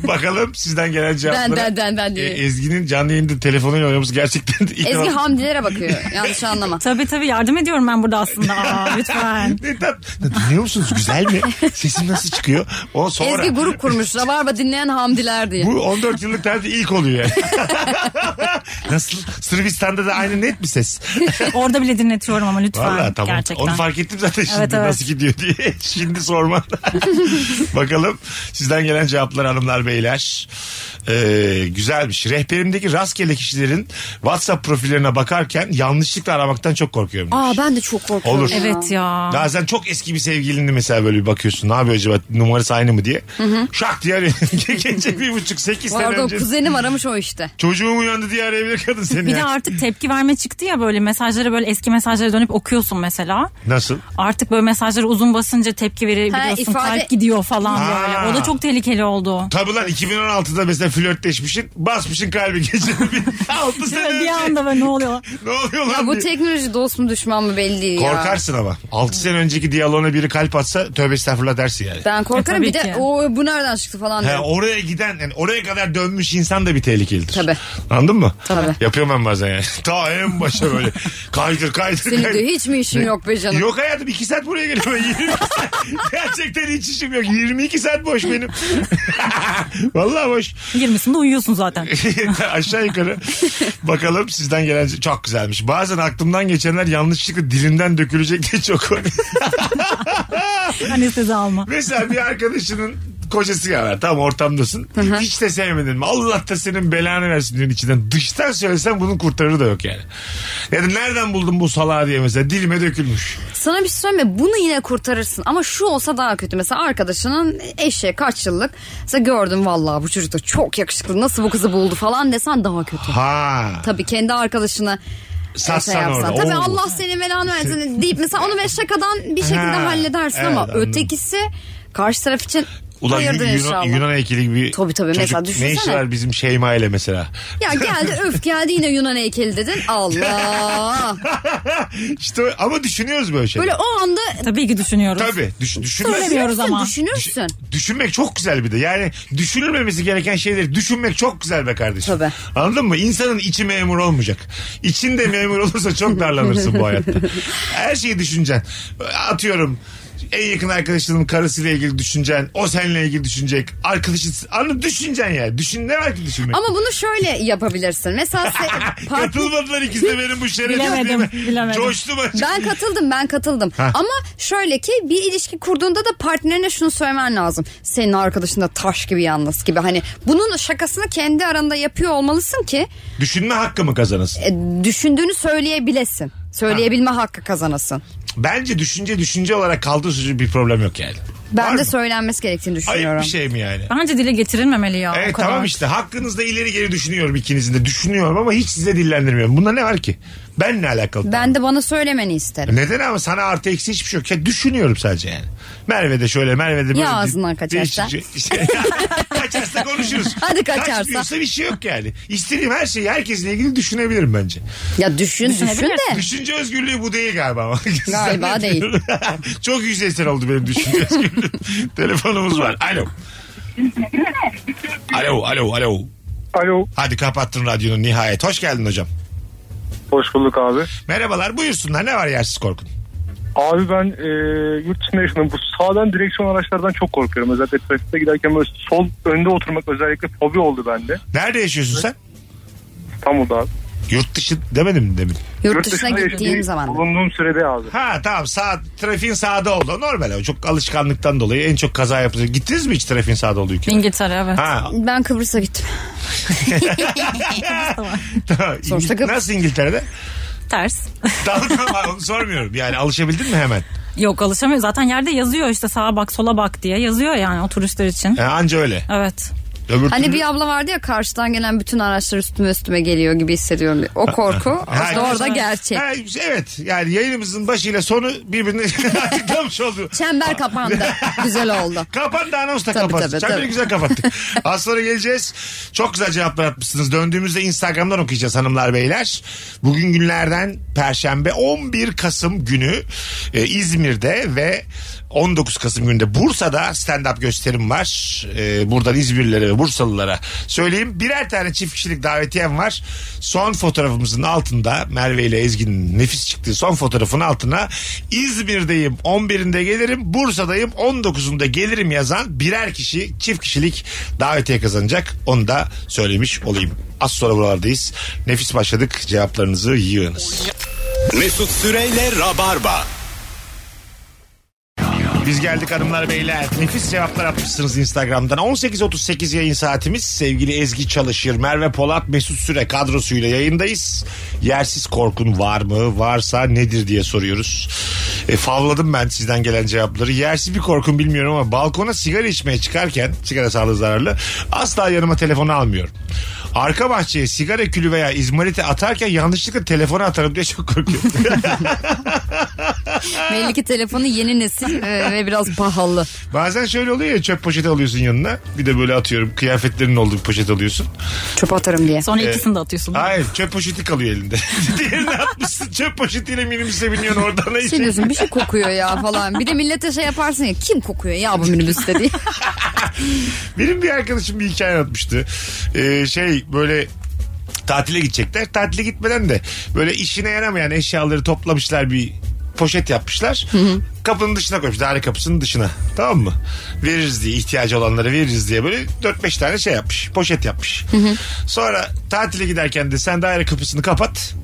S3: Bakalım sizden gelen cevaplara.
S4: ben, ben, ben diye.
S3: E, Ezgi'nin canlı yayında telefonuyla oynaması gerçekten
S4: Ezgi
S3: inanılmaz.
S4: Hamdilere bakıyor. Yanlış anlama.
S5: Tabii tabii yardım ediyorum ben burada aslında. Aa, lütfen.
S3: Ne tat- Dinliyor musunuz? Güzel mi? Sesim nasıl çıkıyor? O sonra.
S4: Ezgi grup kurmuş. Rabarba dinleyen Hamdiler diye.
S3: Bu 14 yıllık tatil ilk oluyor yani. nasıl? Sırbistan'da da aynı net bir ses.
S5: Orada bile dinletiyorum ama lütfen.
S3: Valla tamam.
S5: Gerçekten.
S3: Onu fark ettim zaten şimdi
S5: Evet, evet.
S3: nasıl gidiyor diye. Şimdi sorma. Bakalım sizden gelen cevaplar hanımlar beyler. Ee, güzelmiş. Rehberimdeki rastgele kişilerin WhatsApp profillerine bakarken yanlışlıkla aramaktan çok korkuyorum. demiş.
S4: Aa ben de çok korkuyorum.
S3: Olur.
S4: ya.
S5: Evet ya.
S3: Bazen çok eski bir sevgilini mesela böyle bir bakıyorsun. Ne yapıyor acaba? Numarası aynı mı diye. Şak diye arıyor. Gece bir buçuk sekiz sene
S4: Pardon
S3: önce.
S4: kuzenim aramış o işte.
S3: Çocuğum uyandı diye arayabilir kadın seni.
S5: Bir de
S3: yani.
S5: artık tepki verme çıktı ya böyle mesajlara böyle eski mesajlara dönüp okuyorsun mesela.
S3: Nasıl?
S5: Artık böyle mesajlara uzun basınca tepki
S4: Ha,
S5: verebiliyorsun.
S4: ifade-
S5: Kalp gidiyor falan
S3: Ha.
S5: böyle. O da çok tehlikeli oldu.
S3: Tabi lan 2016'da mesela flörtleşmişsin. Basmışsın kalbi geçti. 6 sene
S5: bir
S3: önce.
S5: anda böyle ne oluyor?
S3: Ne oluyor lan?
S4: Ya bu
S3: diye.
S4: teknoloji dost mu düşman mı belli değil ya.
S3: Korkarsın ama. 6 sene önceki diyaloğuna biri kalp atsa tövbe estağfurullah dersin yani.
S4: Ben korkarım
S5: E,
S4: bir
S5: tabii
S4: de
S5: ki.
S4: o bu nereden çıktı falan
S3: He,
S4: diyorum.
S3: oraya giden yani oraya kadar dönmüş insan da bir tehlikelidir.
S4: Tabii.
S3: Anladın mı?
S4: Tabii.
S3: Yapıyorum ben bazen yani. Ta en başa böyle. Kaydır kaydır
S4: Senin
S3: kaydır.
S4: de hiç mi işin yok be canım?
S3: Yok hayatım 2 saat buraya geliyorum. 22 saat. Gerçekten hiç işim yok. 22 saat boş benim. Vallahi boş.
S5: 20'sinde uyuyorsun zaten.
S3: Aşağı yukarı. Bakalım sizden gelen çok güzelmiş. Bazen aklımdan geçenler yanlışlıkla dilimden dökülecek diye çok komik.
S5: Anestezi Hani alma.
S3: Mesela bir arkadaşının kocası var. Tam ortamdasın. Hiç de sevmedin mi? Allah da senin belanı versin diyorsun içinden. Dıştan söylesen bunun kurtarır da yok yani. Ya da nereden buldun bu salağı diye mesela dilime dökülmüş.
S4: Sana bir şey söyleyeyim mi? Bunu yine kurtarırsın ama şu olsa daha kötü. Mesela arkadaşının eşi kaç yıllık. Mesela gördüm vallahi bu çocuk da çok yakışıklı. Nasıl bu kızı buldu falan desen daha kötü.
S3: Ha.
S4: Tabii kendi arkadaşına
S3: Satsan orada.
S4: Tabii
S3: Oo.
S4: Allah senin belanı versin deyip mesela onu ve şakadan bir şekilde
S3: Ha,
S4: halledersin
S3: evet,
S4: ama
S3: anladım.
S4: ötekisi karşı taraf için
S3: Ulan Yu-
S4: hayırdır
S3: Yunan,
S4: inşallah.
S3: Yunan heykeli gibi
S4: Tabii tabii.
S3: çocuk
S4: Mesela
S3: ne işi
S4: düşünsene.
S3: var bizim Şeyma ile mesela.
S4: Ya geldi öf geldi yine Yunan heykeli dedin. Allah.
S3: işte o- ama düşünüyoruz böyle şeyler.
S4: Böyle o anda
S5: Tabii ki düşünüyoruz.
S3: Tabii düş, düşünmez.
S5: Söylemiyoruz ama.
S4: düşünürsün.
S3: Düşünmek çok güzel bir de. Yani düşünülmemesi gereken şeyleri düşünmek çok güzel be kardeşim.
S4: Tabii.
S3: Anladın mı? İnsanın içi memur olmayacak. İçin de memur olursa çok darlanırsın bu hayatta. Her şeyi düşüneceksin. Atıyorum en yakın arkadaşının karısıyla ilgili düşüneceksin. O seninle ilgili düşünecek. Arkadaşın anladın düşüneceksin ya. Düşün ne var ki düşünmek?
S4: Ama bunu şöyle yapabilirsin. Mesela se- part-
S3: Katılmadılar ikisi de benim bu şerefsizliğime.
S5: Bilemedim, bilemedim.
S3: Coştum açık.
S4: ben katıldım ben katıldım. Ama şöyle ki bir ilişki kurduğunda da partnerine şunu söylemen lazım. Senin arkadaşın da taş gibi yalnız gibi. Hani bunun şakasını kendi aranda yapıyor olmalısın ki
S3: Düşünme hakkımı kazanasın.
S4: e, düşündüğünü söyleyebilesin. Söyleyebilme hakkı kazanasın.
S3: Bence düşünce düşünce olarak kaldığı sürece bir problem yok yani.
S4: Ben
S3: Var
S4: de
S3: mı?
S4: söylenmesi gerektiğini düşünüyorum.
S3: Ayıp bir şey mi yani?
S5: Bence dile getirilmemeli ya. o
S3: Evet
S5: kadar.
S3: tamam işte hakkınızda ileri geri düşünüyorum ikinizin de düşünüyorum ama hiç size dillendirmiyorum. Bunda ne var ki? Ben ne alakalı?
S4: Ben de bana söylemeni isterim.
S3: Neden ama sana artı eksi hiçbir şey yok. Ya düşünüyorum sadece yani. Merve de şöyle Merve de böyle.
S4: Ya ağzından
S3: de-
S4: kaçarsa?
S3: değişik- işte- kaçarsa konuşuruz.
S4: Hadi kaçarsa.
S3: Kaçmıyorsa bir şey yok yani. İstediğim her şeyi herkesle ilgili düşünebilirim bence.
S4: Ya düşün düşün de.
S3: Düşünce özgürlüğü bu değil galiba ama.
S4: Galiba değil.
S3: Çok yüzeysel oldu benim düşünce özgürlüğüm. Telefonumuz var. Alo. Alo, alo, alo.
S6: Alo.
S3: Hadi kapattın radyonu nihayet. Hoş geldin hocam.
S6: Hoş bulduk abi.
S3: Merhabalar buyursunlar ne var yersiz korkun?
S6: Abi ben e, yurt dışında yaşadım. Bu sağdan direksiyon araçlardan çok korkuyorum. Özellikle trafikte giderken böyle sol önde oturmak özellikle fobi oldu bende.
S3: Nerede yaşıyorsun sen?
S6: Tam o da abi.
S3: Yurt dışı demedim mi demin?
S4: Yurt dışına gittiğim
S6: yaşadığım-
S4: zaman.
S6: Bulunduğum sürede abi.
S3: Ha tamam sağ, trafiğin sağda oldu. Normal o çok alışkanlıktan dolayı en çok kaza yapılıyor. Gittiniz mi hiç trafiğin sağda olduğu ülkeye?
S5: İngiltere evet.
S3: Ha
S4: Ben Kıbrıs'a gittim.
S3: tamam.
S4: Sonuçta
S3: İngil-
S4: Kıbrıs.
S3: Nasıl İngiltere'de?
S5: Ters.
S3: Tamam tamam onu sormuyorum. Yani alışabildin mi hemen?
S5: Yok alışamıyor. Zaten yerde yazıyor işte sağa bak sola bak diye. Yazıyor yani o turistler için.
S3: Ha, anca öyle.
S5: Evet.
S3: Öbür
S4: Hani
S3: türlü-
S4: bir abla vardı ya karşıdan gelen bütün araçlar üstüme üstüme geliyor gibi hissediyorum. O korku aslında orada gerçek.
S3: Ha, evet yani yayınımızın başıyla sonu birbirine açıklamış oldu.
S4: Çember kapandı. Güzel oldu.
S3: Kapandı anons da
S4: Tabii,
S3: kapattı.
S4: tabii,
S3: Çemberi
S4: tabii.
S3: güzel kapattık. Az sonra geleceğiz. Çok güzel cevaplar atmışsınız. Döndüğümüzde Instagram'dan okuyacağız hanımlar beyler. Bugün günlerden Perşembe 11 Kasım günü e, İzmir'de ve 19 Kasım günde Bursa'da stand-up gösterim var. E, buradan İzmirlilere ve Bursalılara söyleyeyim. Birer tane çift kişilik davetiyem var. Son fotoğrafımızın altında Merve ile Ezgi'nin nefis çıktığı son fotoğrafın altına İzmir'deyim 11'inde gelirim Bursa'dayım 19'unda gelirim yazan birer kişi çift kişilik davetiye kazanacak. Onu da söylemiş olayım. Az sonra buralardayız. Nefis başladık cevaplarınızı yığınız.
S2: Mesut Süreyle Rabarba.
S3: Biz geldik hanımlar beyler. Nefis cevaplar atmışsınız Instagram'dan. 18.38 yayın saatimiz. Sevgili Ezgi Çalışır, Merve Polat, Mesut Süre kadrosuyla yayındayız. Yersiz korkun var mı? Varsa nedir diye soruyoruz. E, favladım ben sizden gelen cevapları. Yersiz bir korkun bilmiyorum ama balkona sigara içmeye çıkarken sigara sağlığı zararlı asla yanıma telefonu almıyorum. Arka bahçeye sigara külü veya izmariti atarken yanlışlıkla telefonu atarım diye çok korkuyorum.
S4: Belli ki telefonu yeni nesil e, ve biraz pahalı.
S3: Bazen şöyle oluyor ya çöp poşeti alıyorsun yanına. Bir de böyle atıyorum kıyafetlerin olduğu bir poşet alıyorsun.
S4: Çöp atarım diye.
S5: Sonra ikisini de atıyorsun.
S3: Hayır çöp poşeti kalıyor elinde. Diğerini atmışsın çöp poşetiyle minibüse biniyorsun oradan.
S4: Şey diyorsun bir şey kokuyor ya falan. Bir de millete şey yaparsın ya kim kokuyor ya bu minibüste diye.
S3: Benim bir arkadaşım bir hikaye anlatmıştı. Ee, şey böyle tatile gidecekler. Tatile gitmeden de böyle işine yaramayan eşyaları toplamışlar bir poşet yapmışlar. Kapının dışına koymuşlar. Daire kapısının dışına. Tamam mı? Veririz diye ihtiyacı olanlara veririz diye böyle 4-5 tane şey yapmış. Poşet yapmış. Sonra tatile giderken de sen daire kapısını kapat.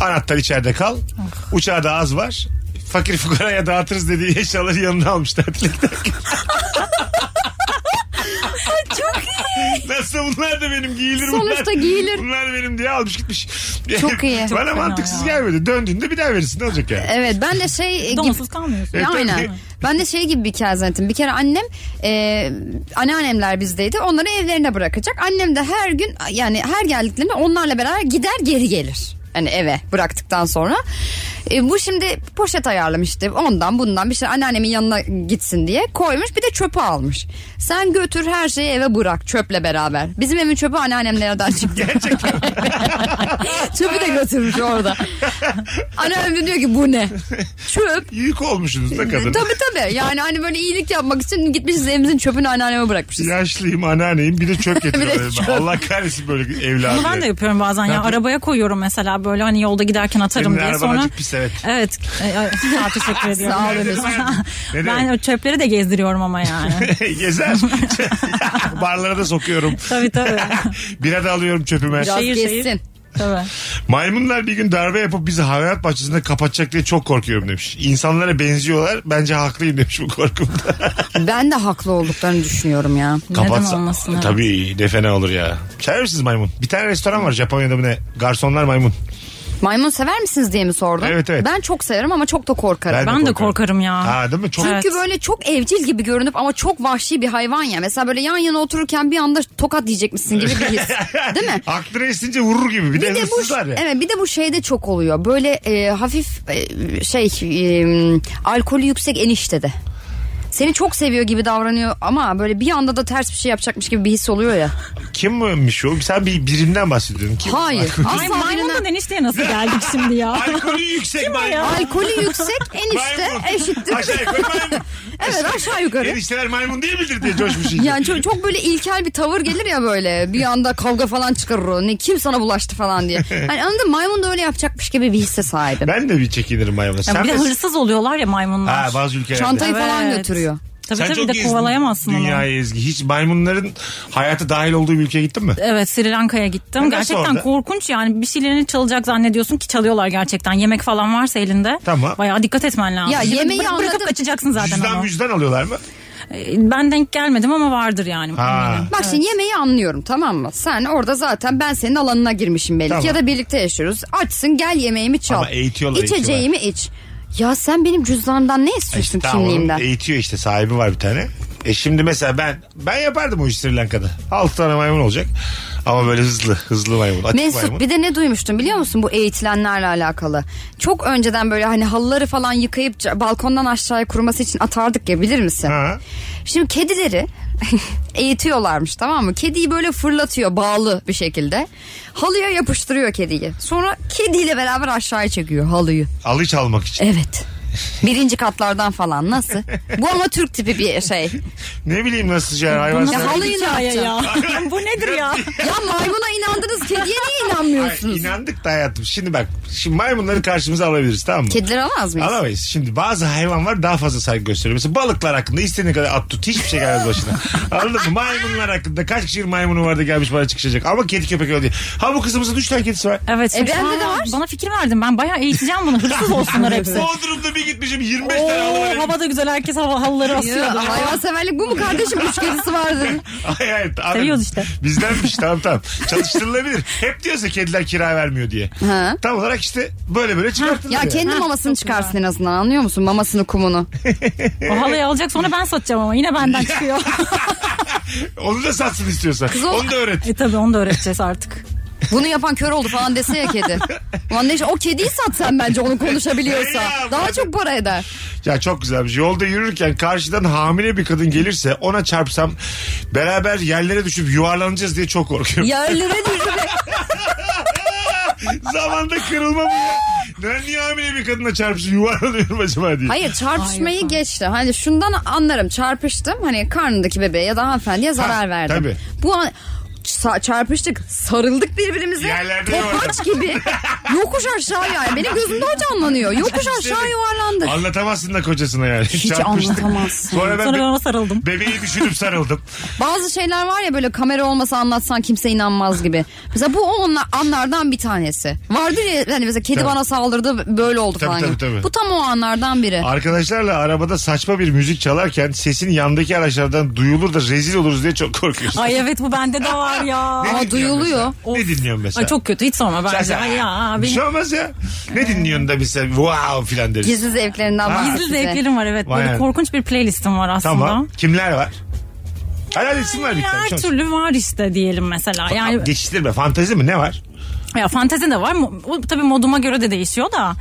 S3: Anahtar içeride kal.
S4: Ah.
S3: Uçağa da az var. Fakir fukaraya dağıtırız dediği eşyaları yanına almış tatile giderken. Nasıl bunlar da benim giyilir bunlar.
S4: Sonuçta giyilir.
S3: Bunlar da benim diye almış gitmiş.
S4: Çok iyi. Çok
S3: Bana
S5: fena
S3: mantıksız
S5: ya.
S3: gelmedi. Döndüğünde bir daha verirsin ne olacak yani.
S4: Evet ben de şey e, gibi...
S5: Domusuz kalmıyorsun.
S3: E,
S4: Ya
S3: tabii.
S4: aynen. Ben de şey gibi bir hikaye zannettim. Bir kere annem e, anneannemler bizdeydi. Onları evlerine bırakacak. Annem de her gün yani her geldiklerinde onlarla beraber gider geri gelir. Hani eve bıraktıktan sonra. E, bu şimdi poşet ayarlamıştı. Ondan bundan bir şey anneannemin yanına gitsin diye koymuş. Bir de çöpü almış. Sen götür her şeyi eve bırak çöple beraber. Bizim evin çöpü anneannemlerden çıktı.
S3: Gerçekten.
S4: çöpü de götürmüş orada. Anneannem de diyor ki bu ne? Çöp.
S3: Yük olmuşsunuz da kadın.
S4: Tabii tabii. Yani hani böyle iyilik yapmak için gitmişiz evimizin çöpünü anneanneme bırakmışız.
S3: Yaşlıyım anneanneyim bir de çöp
S4: Bir de
S3: getiriyorum.
S4: çöp.
S3: Allah kahretsin böyle evladı.
S5: Bunu ben de yapıyorum bazen ya. Arabaya koyuyorum mesela böyle hani yolda giderken atarım
S3: Senin
S5: diye.
S3: araban
S5: Sonra
S3: azıcık pis, evet.
S5: Evet. E, e, sağ ol, teşekkür ediyorum.
S4: Sağ olun
S5: Evet,
S4: efendim.
S5: sonra-
S3: Ne demek?
S5: ben o çöpleri de gezdiriyorum ama yani.
S3: Gezer. Barlara da sokuyorum.
S5: tabii tabii.
S3: Bira da alıyorum çöpüme.
S4: Biraz
S5: Şehir, şehir.
S4: kessin.
S5: tabii.
S3: Maymunlar bir gün darbe yapıp bizi hayvanat bahçesinde kapatacak diye çok korkuyorum demiş. İnsanlara benziyorlar. Bence haklıyım demiş bu korkumda.
S4: Ben de haklı olduklarını düşünüyorum ya.
S5: Neden olmasın? evet.
S3: Tabii ne fena olur ya. Çağırır mısınız maymun? Bir tane restoran var Japonya'da bu ne? Garsonlar maymun.
S4: Maymun sever misiniz diye mi sordun?
S3: Evet, evet.
S4: Ben çok severim ama çok da korkarım.
S3: Ben de
S5: Ben de
S3: korkarım.
S5: korkarım ya.
S3: Ha değil mi? Çok
S5: Evet.
S4: Çünkü böyle çok evcil gibi görünüp ama çok vahşi bir hayvan ya. Mesela böyle yan yana otururken bir anda tokat yiyecekmişsin gibi bir his. Değil mi?
S3: Aklına esince vurur gibi. Bir, de,
S4: Bir de bu
S3: hırsızlar ya.
S4: evet bir de bu şeyde çok oluyor. Böyle e, hafif e, şey e, alkolü yüksek eniştede. Seni çok seviyor gibi davranıyor ama böyle bir anda da ters bir şey yapacakmış gibi bir his oluyor ya.
S3: Kimmiş o? Sen bir birinden bahsediyorsun. Kim?
S4: Hayır.
S5: Ay
S4: Asla
S5: maymundan
S4: birine-
S5: enişteye nasıl geldik şimdi ya?
S3: Alkolü yüksek maymun.
S4: Alkolü yüksek enişte
S3: Maymun.
S4: eşittir.
S3: Aşağı yukarı maymun.
S4: Evet aşağı yukarı.
S3: Enişteler maymun değil midir diye coşmuş iyice.
S4: Yani çok, çok böyle ilkel bir tavır gelir ya böyle. Bir anda kavga falan çıkarır o. Ne kim sana bulaştı falan diye. Hani anladın mı? maymun da öyle yapacakmış gibi bir hisse sahibim.
S3: Ben de bir çekinirim maymuna.
S5: Ya
S3: Sen
S5: bir de
S3: de...
S5: hırsız oluyorlar ya maymunlar.
S3: Ha, bazı ülkelerde.
S4: Çantayı falan
S5: Evet.
S4: götürüyor.
S5: Tabii
S3: Sen
S5: tabii
S3: çok
S5: de
S3: gezdin
S5: kovalayamazsın onu.
S3: dünyayı Ezgi. Hiç maymunların hayata dahil olduğu bir ülkeye gittin mi?
S5: Evet Sri Lanka'ya gittim.
S3: Nasıl
S5: gerçekten
S3: orada?
S5: korkunç yani bir şeylerini çalacak zannediyorsun ki çalıyorlar gerçekten. Yemek falan varsa elinde.
S3: Tamam.
S5: Bayağı dikkat etmen lazım.
S4: Ya
S5: Şimdi
S4: yemeği
S5: bıra-
S4: anladım.
S5: Bırakıp kaçacaksın zaten
S3: Cüzdan
S5: onu.
S3: müzdan alıyorlar mı?
S5: Ee, Ben denk gelmedim ama vardır yani.
S3: Ha.
S5: Eminim.
S4: Bak şimdi yemeği anlıyorum tamam mı? Sen orada zaten ben senin alanına girmişim belki
S3: Tamam.
S4: ya da birlikte yaşıyoruz. Açsın gel yemeğimi çal.
S3: Ama eğitiyorlar,
S4: İçeceğimi iç. Ya sen benim cüzdanımdan ne istiyorsun
S3: İşte tamam,
S4: kimliğimden?
S3: onun eğitiyor işte sahibi var bir tane. E şimdi mesela ben ben yapardım o işi Sri Lanka'da. 6 tane maymun olacak. Ama böyle hızlı hızlı maymun. Açık maymun.
S4: Mesut bir de ne duymuştum biliyor musun bu eğitilenlerle alakalı? Çok önceden böyle hani halıları falan yıkayıp ca- balkondan aşağıya kuruması için atardık ya bilir misin?
S3: Ha.
S4: Şimdi kedileri eğitiyorlarmış tamam mı? Kediyi böyle fırlatıyor bağlı bir şekilde. Halıya yapıştırıyor kediyi. Sonra kediyle beraber aşağıya çekiyor halıyı.
S3: Alı çalmak için.
S4: Evet. Birinci katlardan falan nasıl? Bu ama Türk tipi bir şey.
S3: Ne bileyim nasıl yani hayvan
S4: Ya
S3: sever-
S4: halı-
S5: Hikaye ya. Bu nedir ya?
S4: Ya maymuna inandınız kediye niye
S3: Ay,
S4: inanmıyorsunuz?
S3: inandık da hayatım. Şimdi bak şimdi maymunları karşımıza alabiliriz tamam mı?
S4: Kediler alamaz mıyız?
S3: Alamayız. Şimdi bazı hayvan var daha fazla saygı gösteriyor. Mesela balıklar hakkında istediğin kadar at tut hiçbir şey gelmez başına. Anladın mı? Maymunlar hakkında kaç kişinin maymunu vardı gelmiş bana çıkışacak. Ama kedi köpek öyle değil. Ha bu kızımızın üç tane kedisi var.
S5: Evet. şimdi
S4: E, bende
S5: şu an
S4: de var.
S5: Bana fikir verdin. Ben bayağı eğiteceğim bunu. Hırsız olsunlar hepsi.
S3: Bodrum'da bir gitmişim 25 tane halı var.
S5: Oo, hava da güzel. Herkes hava, halıları asıyordu.
S4: Ya, hayvanseverlik bu mu kardeşim? Üç kedisi vardı.
S3: Hayır hayır. Abi,
S5: Seviyoruz işte.
S3: Bizdenmiş tamam tamam. Çalıştırılabilir. Hep diyorsa kediler kira vermiyor diye.
S4: Ha.
S3: Tam olarak işte böyle böyle çıkartılır.
S4: Ya kendi mamasını çıkarsın en azından anlıyor musun? Mamasını kumunu.
S5: O halıyı alacak sonra ben satacağım ama. Yine benden çıkıyor.
S3: Onu da satsın istiyorsa.
S4: o-
S3: Onu da öğret.
S5: e tabii onu da öğreteceğiz artık.
S4: Bunu yapan kör oldu falan dese ya kedi. Ulan ne iş- o kediyi sat sen bence onu konuşabiliyorsa.
S3: Ya,
S4: Daha çok para eder.
S3: Ya çok güzelmiş. Yolda yürürken karşıdan hamile bir kadın gelirse ona çarpsam beraber yerlere düşüp yuvarlanacağız diye çok korkuyorum.
S4: Yerlere düşüyor.
S3: Zamanda kırılma bu ya. Ben niye hamile bir kadına çarpsın yuvarlanıyorum acaba diye.
S4: Hayır çarpışmayı geçti. Hani şundan anlarım çarpıştım. Hani karnındaki bebeğe ya da hanımefendiye zarar verdim.
S3: tabii.
S4: Bu an ça- çarpıştık sarıldık birbirimize
S3: Yerlerde
S4: topaç gibi yokuş aşağı yani benim gözümde o canlanıyor yokuş aşağı yuvarlandık
S3: Anlatamazsın da kocasına yani.
S4: hiç
S3: Çarpıştık.
S4: anlatamazsın
S3: Sonra ben
S5: Sonra ben
S3: be-
S5: ona sarıldım.
S3: bebeği düşünüp sarıldım.
S4: Bazı şeyler var ya böyle kamera olmasa anlatsan kimse inanmaz gibi. Mesela bu o onlar, anlardan bir tanesi. Vardır ya hani mesela kedi
S3: Tabii.
S4: bana saldırdı böyle oldu
S3: Tabii,
S4: falan.
S3: tabii,
S4: gibi.
S3: tabii.
S4: Bu tam o anlardan biri.
S3: Arkadaşlarla arabada saçma bir müzik çalarken sesin yandaki araçlardan duyulur da rezil oluruz diye çok korkuyorsun.
S5: Ay evet bu bende de var ya.
S3: Ne
S4: Aa,
S3: dinliyorsun
S4: duyuluyor.
S3: mesela? Ne dinliyorsun mesela?
S5: Ay çok kötü hiç sorma
S3: Sen-
S5: bence.
S3: sen-
S5: Ay ya
S3: Bir
S5: benim
S3: şey olmaz ya.
S4: Ee.
S3: Ne dinliyorsun da mesela wow filan deriz.
S4: Gizli zevklerinden
S3: Ha.
S4: bahsediyor.
S5: gizli zevklerim var evet.
S3: Vay
S5: Böyle
S3: yani.
S5: korkunç bir playlistim var aslında.
S3: Tamam. Kimler var? Helal etsin var bir tane.
S5: Her
S3: Çok-
S5: türlü var işte diyelim mesela. Yani
S3: Abi Geçiştirme. Fantezi mi? Ne var?
S5: ya fantezi de var. Mo- O tabii moduma göre de değişiyor da.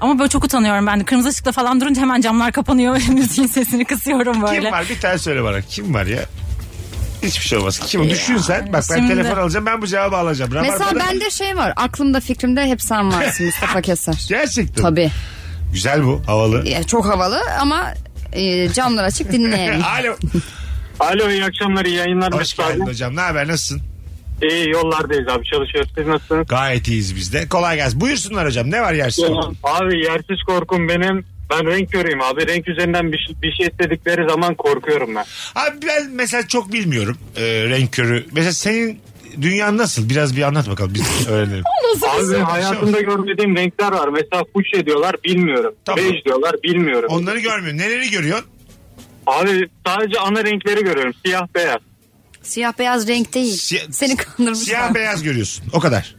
S5: Ama böyle çok utanıyorum ben de. Kırmızı ışıkta falan durunca hemen camlar kapanıyor. Müziğin sesini kısıyorum böyle.
S3: Kim var? Bir tane söyle bana. Kim var ya? Hiçbir şey olmaz. Kim? Düşün sen. Bak ben
S5: şimdi-
S3: telefon alacağım. Ben bu cevabı alacağım.
S4: Mesela
S3: Rabarba'da-
S4: bende şey var aklımda fikrimde hep sen varsın Mustafa Keser.
S3: Gerçekten.
S4: Tabii.
S3: Güzel bu. Havalı.
S4: Ya, çok havalı ama e, camlar açık dinleyelim.
S3: E, Alo.
S6: Alo iyi akşamlar iyi yayınlar.
S3: Hoş
S6: Mesut abi.
S3: geldin hocam. Ne haber? Nasılsın?
S6: İyi yollardayız abi çalışıyoruz. Siz nasılsınız?
S3: Gayet iyiyiz biz de. Kolay gelsin. Buyursunlar hocam. Ne var yersiz? korkun?
S6: Abi yersiz korkum benim. Ben renk körüyüm abi. Renk üzerinden bir, şey- bir şey istedikleri zaman korkuyorum ben.
S3: Abi ben mesela çok bilmiyorum e, renk körü. Mesela senin dünyan nasıl? Biraz bir anlat bakalım. Biz öğrenelim.
S6: Abi hayatımda görmediğim renkler var. Mesela fuşya diyorlar bilmiyorum.
S3: Tamam.
S6: Bej diyorlar bilmiyorum.
S3: Onları görmüyorum. Neleri görüyorsun?
S6: Abi sadece ana renkleri görüyorum. Siyah beyaz.
S4: Siyah beyaz renk değil.
S3: Siyah-
S4: Seni kandırmışlar.
S3: Siyah beyaz görüyorsun. O kadar.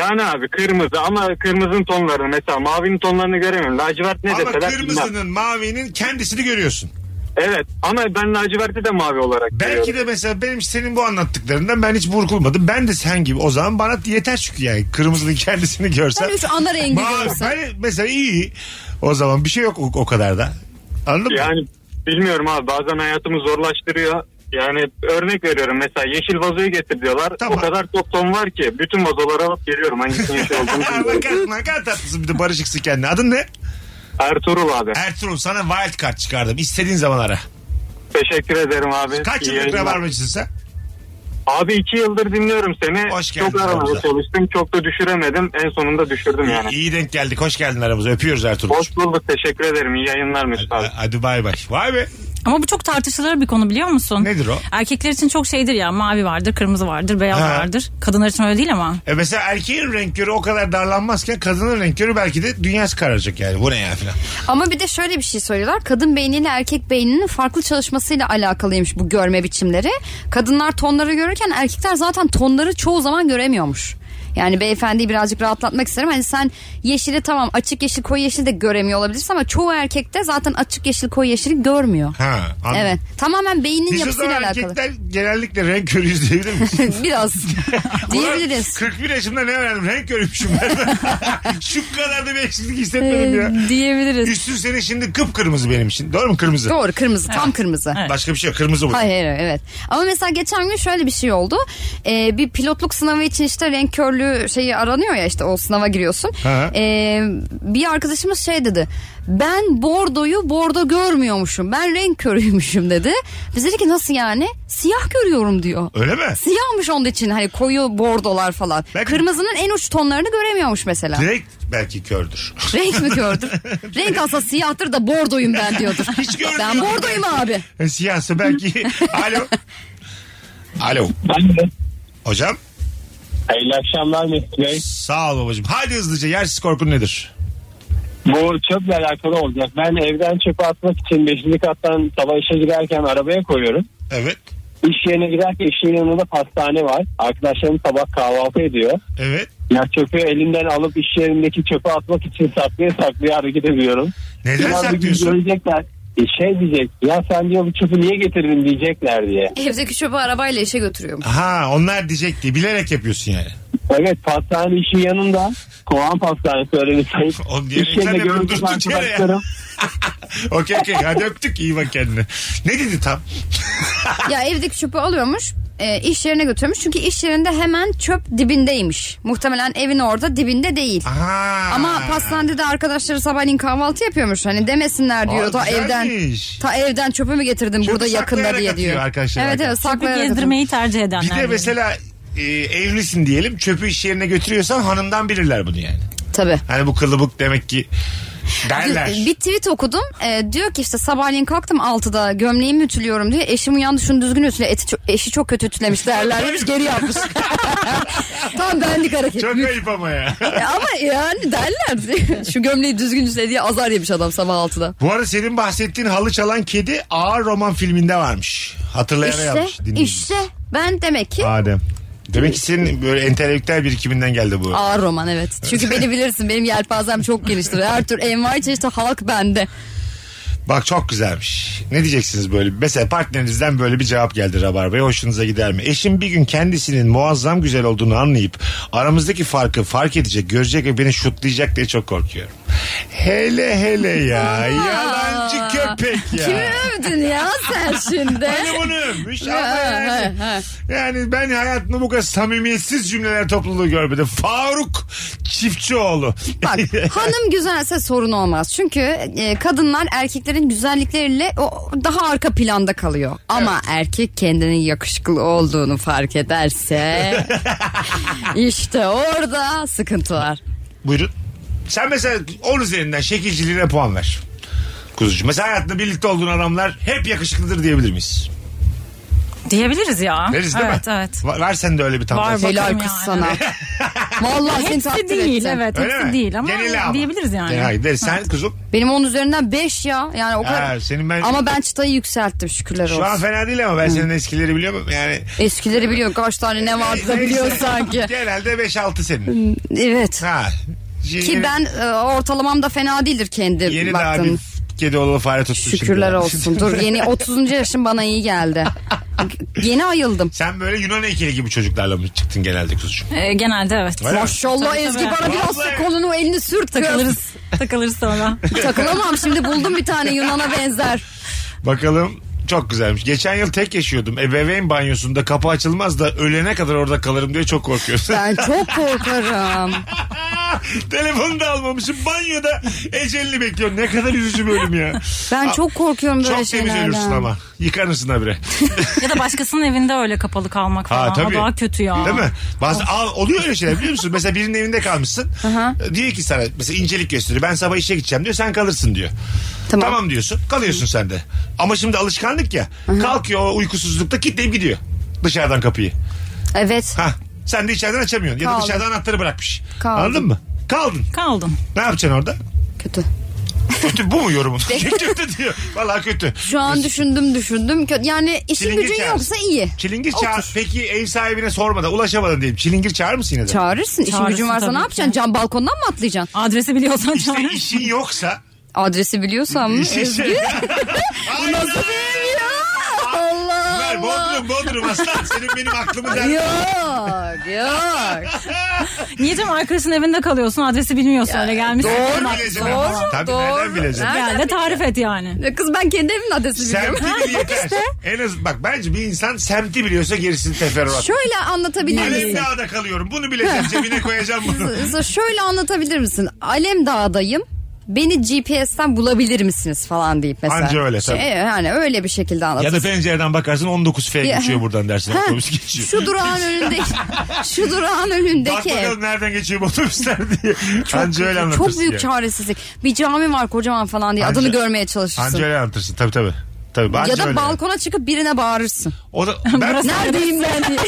S6: Yani abi kırmızı ama kırmızının tonlarını mesela mavinin tonlarını göremiyorum. Lacivert ne
S3: Ama
S6: deseler bilmem.
S3: kırmızının, mavinin kendisini görüyorsun.
S6: Evet ama ben laciverti de mavi olarak
S3: Belki
S6: görüyorum.
S3: de mesela benim senin bu anlattıklarından ben hiç burkulmadım. Ben de sen gibi. O zaman bana yeter çünkü yani. Kırmızının kendisini görsen.
S4: Sen üç ana rengi
S3: Mavi-
S4: görürsün.
S3: ben mesela iyi. O zaman bir şey yok o, o kadar da. Anladın mı?
S6: Yani bilmiyorum abi bazen hayatımı zorlaştırıyor. Yani örnek veriyorum mesela yeşil vazoyu getir diyorlar.
S3: Tamam.
S6: O kadar çok ton var ki bütün vazoları alıp geliyorum hangisinin yeşil olduğunu bilmiyorum.
S3: Bakar bakar tatlısın bir de barışıksın kendine. Adın ne?
S6: Ertuğrul abi.
S3: Ertuğrul sana wild card çıkardım. İstediğin zaman ara.
S6: Teşekkür ederim abi.
S3: Kaç
S6: İyi
S3: yıllık
S6: yayınlar.
S3: rabarbacısın sen?
S6: Abi iki yıldır dinliyorum seni.
S3: Hoş geldin
S6: çok aramaya
S3: aramıza.
S6: çalıştım. Çok da düşüremedim. En sonunda düşürdüm yani.
S3: İyi denk geldik. Hoş geldin aramıza. Öpüyoruz Ertuğrul.
S6: Hoş bulduk. Teşekkür ederim. İyi yayınlar Mesut abi.
S3: Hadi bay bay. Vay be.
S5: Ama bu çok tartışılır bir konu biliyor musun?
S3: Nedir o?
S5: Erkekler için çok şeydir ya mavi vardır, kırmızı vardır, beyaz
S3: Ha.
S5: vardır. Kadınlar için öyle değil ama.
S3: E mesela erkeğin renk körü o kadar darlanmazken kadının renk körü belki de dünyası kararacak yani. Bu ne ya filan.
S4: Ama bir de şöyle bir şey söylüyorlar. Kadın beyniyle erkek beyninin farklı çalışmasıyla alakalıymış bu görme biçimleri. Kadınlar tonları görürken erkekler zaten tonları çoğu zaman göremiyormuş. Yani beyefendiyi birazcık rahatlatmak isterim. Hani sen yeşili tamam açık yeşil koyu yeşil de göremiyor olabilirsin ama çoğu erkekte zaten açık yeşil koyu yeşili görmüyor.
S3: Ha, anladım.
S4: Evet. Tamamen beynin
S3: Biz o
S4: yapısıyla
S3: zaman
S4: alakalı.
S3: erkekler genellikle renk körüyüz diyebilir miyiz?
S4: Biraz diyebiliriz.
S3: Ulan 41 yaşımda ne öğrendim? Renk körüymüşüm ben. Şu kadar da bir eksiklik hissetmedim ya.
S5: Ee, diyebiliriz.
S3: Üstün seni şimdi kıpkırmızı benim için. Doğru mu kırmızı?
S4: Doğru kırmızı tam kırmızı.
S3: Başka bir şey yok. Kırmızı bu.
S4: Hayır hayır, evet. Ama mesela geçen gün şöyle bir şey oldu. Ee, bir pilotluk sınavı için işte renk körlüğü şeyi aranıyor ya işte o sınava giriyorsun.
S3: Ha.
S4: Ee, bir arkadaşımız şey dedi. Ben bordoyu bordo görmüyormuşum. Ben renk körüymüşüm dedi. Biz dedik ki nasıl yani? Siyah görüyorum diyor.
S3: Öyle mi?
S4: Siyahmış onun için hani koyu bordolar falan.
S3: Belki-
S4: Kırmızının en uç tonlarını göremiyormuş mesela.
S3: Direkt belki kördür.
S4: Renk mi gördür? Renk aslında siyahtır da bordoyum ben diyordur.
S3: Hiç görmüyorum.
S4: ben bordoyum abi.
S3: E, Siyahsa belki. Alo. Alo. Hocam
S9: Hayırlı akşamlar Mesut Bey.
S3: sağ ol babacığım. Hadi hızlıca yersiz korkun nedir?
S9: Bu çöple alakalı olacak. Ben evden çöpe atmak için 5. kattan sabah işe giderken arabaya koyuyorum.
S3: Evet.
S9: İş yerine giderken iş yerinin yanında pastane var. Arkadaşlarım sabah kahvaltı ediyor.
S3: Evet.
S9: Ya çöpü elimden alıp iş yerindeki çöpe atmak için saklaya saklaya hareket ediyorum.
S3: Neden
S9: Biraz bir gün
S3: saklıyorsun?
S9: Görecekler. E, şey diyecek ya sen diyor bu çöpü niye getirdin diyecekler diye.
S4: Evdeki çöpü arabayla işe götürüyormuş.
S3: Ha onlar diyecek diye bilerek yapıyorsun yani.
S9: Evet pastane işin yanında kovan pastanesi öyle bir şey. sayı.
S3: Oğlum diye
S9: İş yerinde
S3: reklam yapıyorum,
S9: görüntü
S3: durdun yere ya.
S9: arkadaşlarım.
S3: Okey okey hadi öptük iyi bak kendine. Ne dedi tam?
S4: Ya evdeki çöpü alıyormuş e, iş yerine götürmüş. Çünkü iş yerinde hemen çöp dibindeymiş. Muhtemelen evin orada dibinde değil.
S3: Aha.
S4: Ama pastanede de arkadaşları sabahleyin kahvaltı yapıyormuş. Hani demesinler diyor.
S3: Aa,
S4: ta
S3: güzelmiş.
S4: evden ta evden çöpü mü getirdin
S3: Çöpü
S4: burada yakında
S3: saklayarak
S4: diye
S3: atıyor
S4: diyor.
S3: arkadaşlar
S4: Evet
S3: arkadaşlar.
S4: evet
S5: Çöpü
S4: saklayarak atıyor.
S5: gezdirmeyi tercih
S3: Bir
S5: edenler.
S3: de
S5: bilir.
S3: mesela e, evlisin diyelim çöpü iş yerine götürüyorsan hanımdan bilirler bunu yani.
S4: Tabii.
S3: Hani bu kılıbık demek ki derler.
S4: Bir tweet okudum. Ee, diyor ki işte sabahleyin kalktım 6'da gömleğimi ütülüyorum diyor. Eşim uyandı şunu düzgün ütüle. Eti çok- eşi çok kötü ütülemiş derler demiş geri yapmış. Tam benlik hareket.
S3: Çok ayıp ama ya.
S4: E Ama yani derler. Şu gömleği düzgün ütüle diye azar yemiş adam sabah 6'da.
S3: bu arada senin bahsettiğin halı çalan kedi ağır roman filminde varmış. Hatırlayarak
S4: İşte,
S3: yapmış. dinleyicimiz.
S4: işte ben demek ki
S3: Adem. Demek ki senin böyle entelektüel birikiminden geldi bu.
S4: ağır roman evet. Çünkü beni bilirsin benim yelpazem çok geniştir. Her tür envai çeşitli halk bende.
S3: Bak çok güzelmiş. Ne diyeceksiniz böyle? Mesela partnerinizden böyle bir cevap geldi Rabarba'ya. Hoşunuza gider mi? Eşim bir gün kendisinin muazzam güzel olduğunu anlayıp aramızdaki farkı fark edecek, görecek ve beni şutlayacak diye çok korkuyorum. Hele hele ya. yalancı köpek ya.
S4: Kimi övdün ya sen şimdi?
S3: Hani bunu övmüş ama
S4: Ha,
S3: yani,
S4: ha, ha.
S3: yani ben hayatımda bu kadar samimiyetsiz cümleler topluluğu görmedim. Faruk Çiftçioğlu.
S4: Bak hanım güzelse sorun olmaz. Çünkü e, kadınlar erkeklerin güzellikleriyle o daha arka planda kalıyor. Ama erkek kendinin yakışıklı olduğunu fark ederse işte orada sıkıntı var.
S3: Buyurun. Sen mesela 10 üzerinden şekilciliğine puan ver. Kuzucuğum. Mesela hayatında birlikte olduğun adamlar hep yakışıklıdır diyebilir miyiz?
S5: Diyebiliriz ya.
S3: Veririz değil
S5: evet,
S3: mi?
S5: Evet
S3: Va- Versen de öyle bir tam.
S5: Var
S3: tersi.
S5: Bakarım
S4: Helal kız
S5: yani.
S4: sana. Vallahi seni
S5: Hepsi
S4: takdir
S5: değil
S4: ettim.
S5: evet
S3: Öyle
S5: hepsi
S3: mi?
S5: değil ama,
S3: Geneli
S5: diyebiliriz yani.
S3: Genel, hayır, deriz. Sen kuzum
S4: Benim onun üzerinden 5 ya. Yani o
S3: Ha,
S4: kadar.
S3: senin ben-
S4: Ama ben çıtayı yükselttim şükürler olsun.
S3: şu an fena değil ama ben senin eskileri biliyorum. Yani
S4: Eskileri biliyor kaç tane ne vardı da biliyor sanki.
S3: genelde 5-6 senin.
S4: Evet.
S3: Ha.
S4: Ki ben e, ortalamam da fena değildir kendi
S3: yeni daha
S4: baktığım.
S3: bir kedi olalı fare tuttu
S4: Şükürler
S3: şimdi.
S4: olsun. Dur yeni 30. yaşım bana iyi geldi. Yeni ayıldım.
S3: Sen böyle Yunan heykeli gibi çocuklarla mı çıktın genelde kuzucuğum?
S5: Ee, genelde evet.
S3: Öyle mi?
S4: Maşallah
S5: Tabii,
S4: Ezgi
S5: tabii.
S4: bana biraz
S3: Vallahi.
S4: da kolunu elini sür takılırız.
S5: Takılırız. Takılırız sonra.
S4: Takılamam şimdi buldum bir tane Yunan'a benzer.
S3: Bakalım çok güzelmiş. Geçen yıl tek yaşıyordum. Ebeveyn banyosunda kapı açılmaz da ölene kadar orada kalırım diye çok korkuyorsun.
S4: Ben çok korkarım.
S3: Telefonu da almamışım. Banyoda ecelini bekliyorum. Ne kadar üzücü bölüm ya.
S4: Ben
S3: Aa,
S4: çok korkuyorum böyle
S3: Çok temiz
S4: şeylerden.
S3: ölürsün ama. Yıkanırsın habire.
S5: ya da başkasının evinde öyle kapalı kalmak falan. o daha kötü ya.
S3: Değil mi? Bazı al, oluyor öyle şeyler biliyor musun? Mesela birinin evinde kalmışsın. E, diyor ki sana mesela incelik gösteriyor. Ben sabah işe gideceğim diyor. Sen kalırsın diyor. Tamam,
S4: Tamam.
S3: diyorsun. Kalıyorsun sen de. Ama şimdi alışkanlık ya. Kalkıyor o uykusuzlukta kilitleyip gidiyor. Dışarıdan kapıyı.
S4: Evet.
S3: Ha. Sen de içeriden açamıyorsun. Ya da
S4: Kaldım.
S3: dışarıdan anahtarı bırakmış.
S4: Kaldım.
S3: Anladın mı? Kaldın.
S5: Kaldın.
S3: Ne yapacaksın orada?
S4: Kötü.
S3: Kötü bu mu yorumun? kötü diyor. Vallahi kötü.
S4: Şu an düşündüm düşündüm. Kö- Yani işin
S3: Çilingir
S4: gücün
S3: çağır.
S4: yoksa iyi.
S3: Çilingir çağır. Peki ev sahibine sormadan ulaşamadın diyeyim. Çilingir çağır mısın yine de?
S4: Çağırırsın. işin
S5: Çağırırsın
S4: gücün varsa ne
S5: tabii
S4: yapacaksın? Cam balkondan mı atlayacaksın?
S5: Adresi biliyorsan
S3: İşte
S5: çağır.
S3: işin yoksa
S4: Adresi biliyorsam mı?
S3: İşte şey.
S4: Ezgi.
S3: Ay,
S4: Nasıl benim ya? Allah
S3: Ver
S4: Allah.
S3: Bodrum Bodrum aslan senin benim aklımı der.
S4: Yok yok.
S5: Niye canım arkadaşın evinde kalıyorsun adresi bilmiyorsun öyle gelmişsin.
S3: Nereden
S4: Doğru,
S3: bileceksin?
S4: doğru,
S3: Tabii
S4: doğru.
S3: nereden bileceksin?
S4: Ha?
S5: Gel de tarif et yani.
S4: Ya Kız ben kendi evimin adresini biliyorum.
S3: Semti bil yeter. En az bak bence bir insan semti biliyorsa gerisini teferruat.
S4: Şöyle anlatabilir
S3: Alem
S4: misin?
S3: Dağı'da kalıyorum. Bunu bileceğim. Cebine koyacağım bunu.
S4: Mesela Şöyle anlatabilir misin? Alem Dağ'dayım. Beni GPS'ten bulabilir misiniz falan deyip mesela.
S3: Anca öyle, tabii.
S4: Şey, yani öyle bir şekilde anlat.
S3: ya da pencereden bakarsın 19F
S4: Ya-
S3: geçiyor buradan dersin.
S4: Ha,
S3: Otobüs geçiyor.
S4: Şu durağın önündeki şu durağın
S3: Bak
S4: önündeki ev.
S3: bakalım nereden geçiyor bu otobüsler diye. Anca öyle anlatırsın.
S4: Çok büyük
S3: yani.
S4: çaresizlik. Bir cami var kocaman falan diye
S3: Anca-
S4: adını görmeye çalışırsın.
S3: Anca öyle anlatırsın. Tabii tabii. Tabii, anca
S4: ya da
S3: öyle.
S4: balkona çıkıp birine bağırırsın.
S3: O da, ben,
S4: Neredeyim ben diye.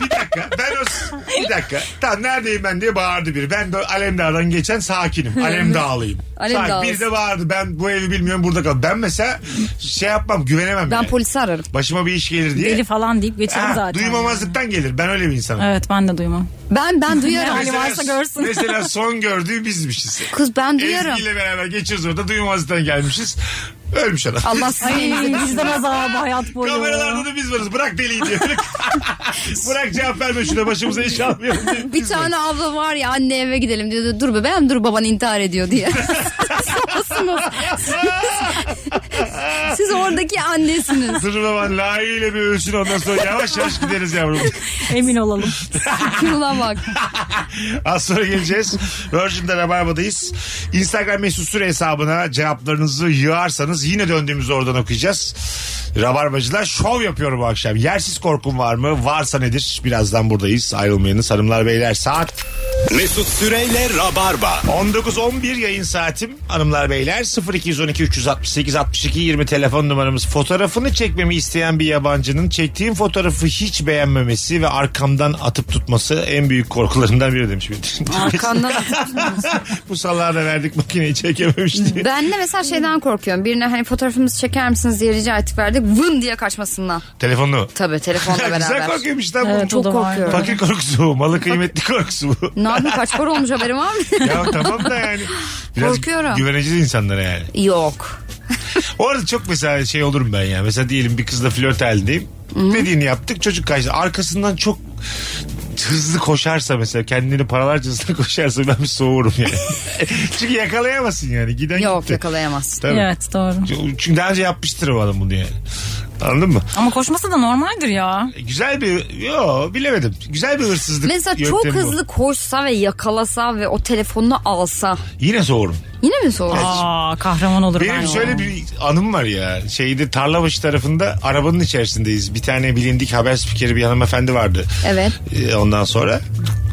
S3: bir dakika. Ben o, bir dakika. Tamam neredeyim ben diye bağırdı biri. Ben de Alemdağ'dan geçen sakinim. Alemdağlıyım.
S4: Alem
S3: Sakin.
S4: Dağlısı.
S3: Biri de bağırdı. Ben bu evi bilmiyorum burada kal. Ben mesela şey yapmam güvenemem.
S4: Ben
S3: yani.
S4: polisi ararım.
S3: Başıma bir iş gelir diye.
S5: Deli falan deyip geçelim
S3: Ha,
S5: zaten.
S3: duymamazlıktan gelir. Ben öyle bir insanım.
S5: Evet ben de duymam.
S4: Ben ben duyarım.
S3: Hani
S5: hali varsa görsün.
S3: Mesela son gördüğü bizmişiz.
S4: Kız ben duyarım.
S3: Ezgi ile beraber geçiyoruz orada duymamazlıktan gelmişiz. Ölmüş adam.
S4: Allah seni
S5: Bizden azabı hayat boyu.
S3: Kameralarda da biz varız. Bırak deliyi diye. Bırak cevap verme şuna başımıza iş almayalım diye.
S4: Bir tane abla var ya anne eve gidelim diyor. Dur bebeğim dur baban intihar ediyor diye. Sağolsunuz. Siz oradaki annesiniz.
S3: Dur baban layığıyla bir ölsün ondan sonra yavaş yavaş gideriz yavrum.
S5: Emin olalım.
S4: Şuna bak.
S3: Az sonra geleceğiz. Virgin'de Rabarba'dayız. Instagram mesut süre hesabına cevaplarınızı yığarsanız yine döndüğümüzde oradan okuyacağız. Rabarbacılar şov yapıyor bu akşam. Yersiz korkum var mı? Varsa nedir? Birazdan buradayız. Ayrılmayınız hanımlar beyler. Saat
S2: Mesut Süreyle Rabarba.
S3: 19-11 yayın saatim hanımlar beyler 0212 368 62 20 telefon numaramız fotoğrafını çekmemi isteyen bir yabancının çektiğim fotoğrafı hiç beğenmemesi ve arkamdan atıp tutması en büyük korkularından biri demiş bir
S4: Arkandan
S3: bu salağa da verdik makineyi çekememiş diye.
S4: Ben de mesela şeyden korkuyorum. Birine hani fotoğrafımızı çeker misiniz diye rica ettik verdik. Vın diye kaçmasından.
S3: Telefonu.
S4: Tabii telefonla
S3: Güzel
S4: beraber.
S3: korkuyormuş lan
S5: Evet,
S3: bu.
S5: o
S4: Çok
S5: da var.
S4: korkuyorum.
S3: Fakir korkusu bu. Malı kıymetli korkusu bu.
S4: Ne yapayım kaç para olmuş haberim var mı?
S3: ya tamam da yani. Biraz
S4: Korkuyorum.
S3: güveneceğiz insanlara yani.
S4: Yok.
S3: O arada çok mesela şey olurum ben ya. Mesela diyelim bir kızla flört halindeyim. Dediğini yaptık çocuk kaçtı. Arkasından çok hızlı koşarsa mesela kendini paralarcasına koşarsa ben bir soğurum yani. Çünkü yakalayamazsın yani. Giden
S4: Yok
S3: gitti.
S4: yakalayamazsın.
S3: Tabii.
S5: evet doğru.
S3: Çünkü daha önce yapmıştır o adam bunu yani. Anladın mı?
S5: Ama koşması da normaldir ya.
S3: E, Güzel bir yo bilemedim. Güzel bir hırsızlık.
S4: Mesela çok
S3: yöntemi bu.
S4: hızlı koşsa ve yakalasa ve o telefonunu alsa
S3: Yine soğurum.
S4: yine mi soğur?
S5: Aa kahraman olur ben.
S3: Benim
S5: o.
S3: şöyle bir anım var ya. Şeyde Tarlabaşı tarafında arabanın içerisindeyiz. Bir tane bilindik haber spikeri bir hanımefendi vardı.
S4: Evet.
S3: Ee, ondan sonra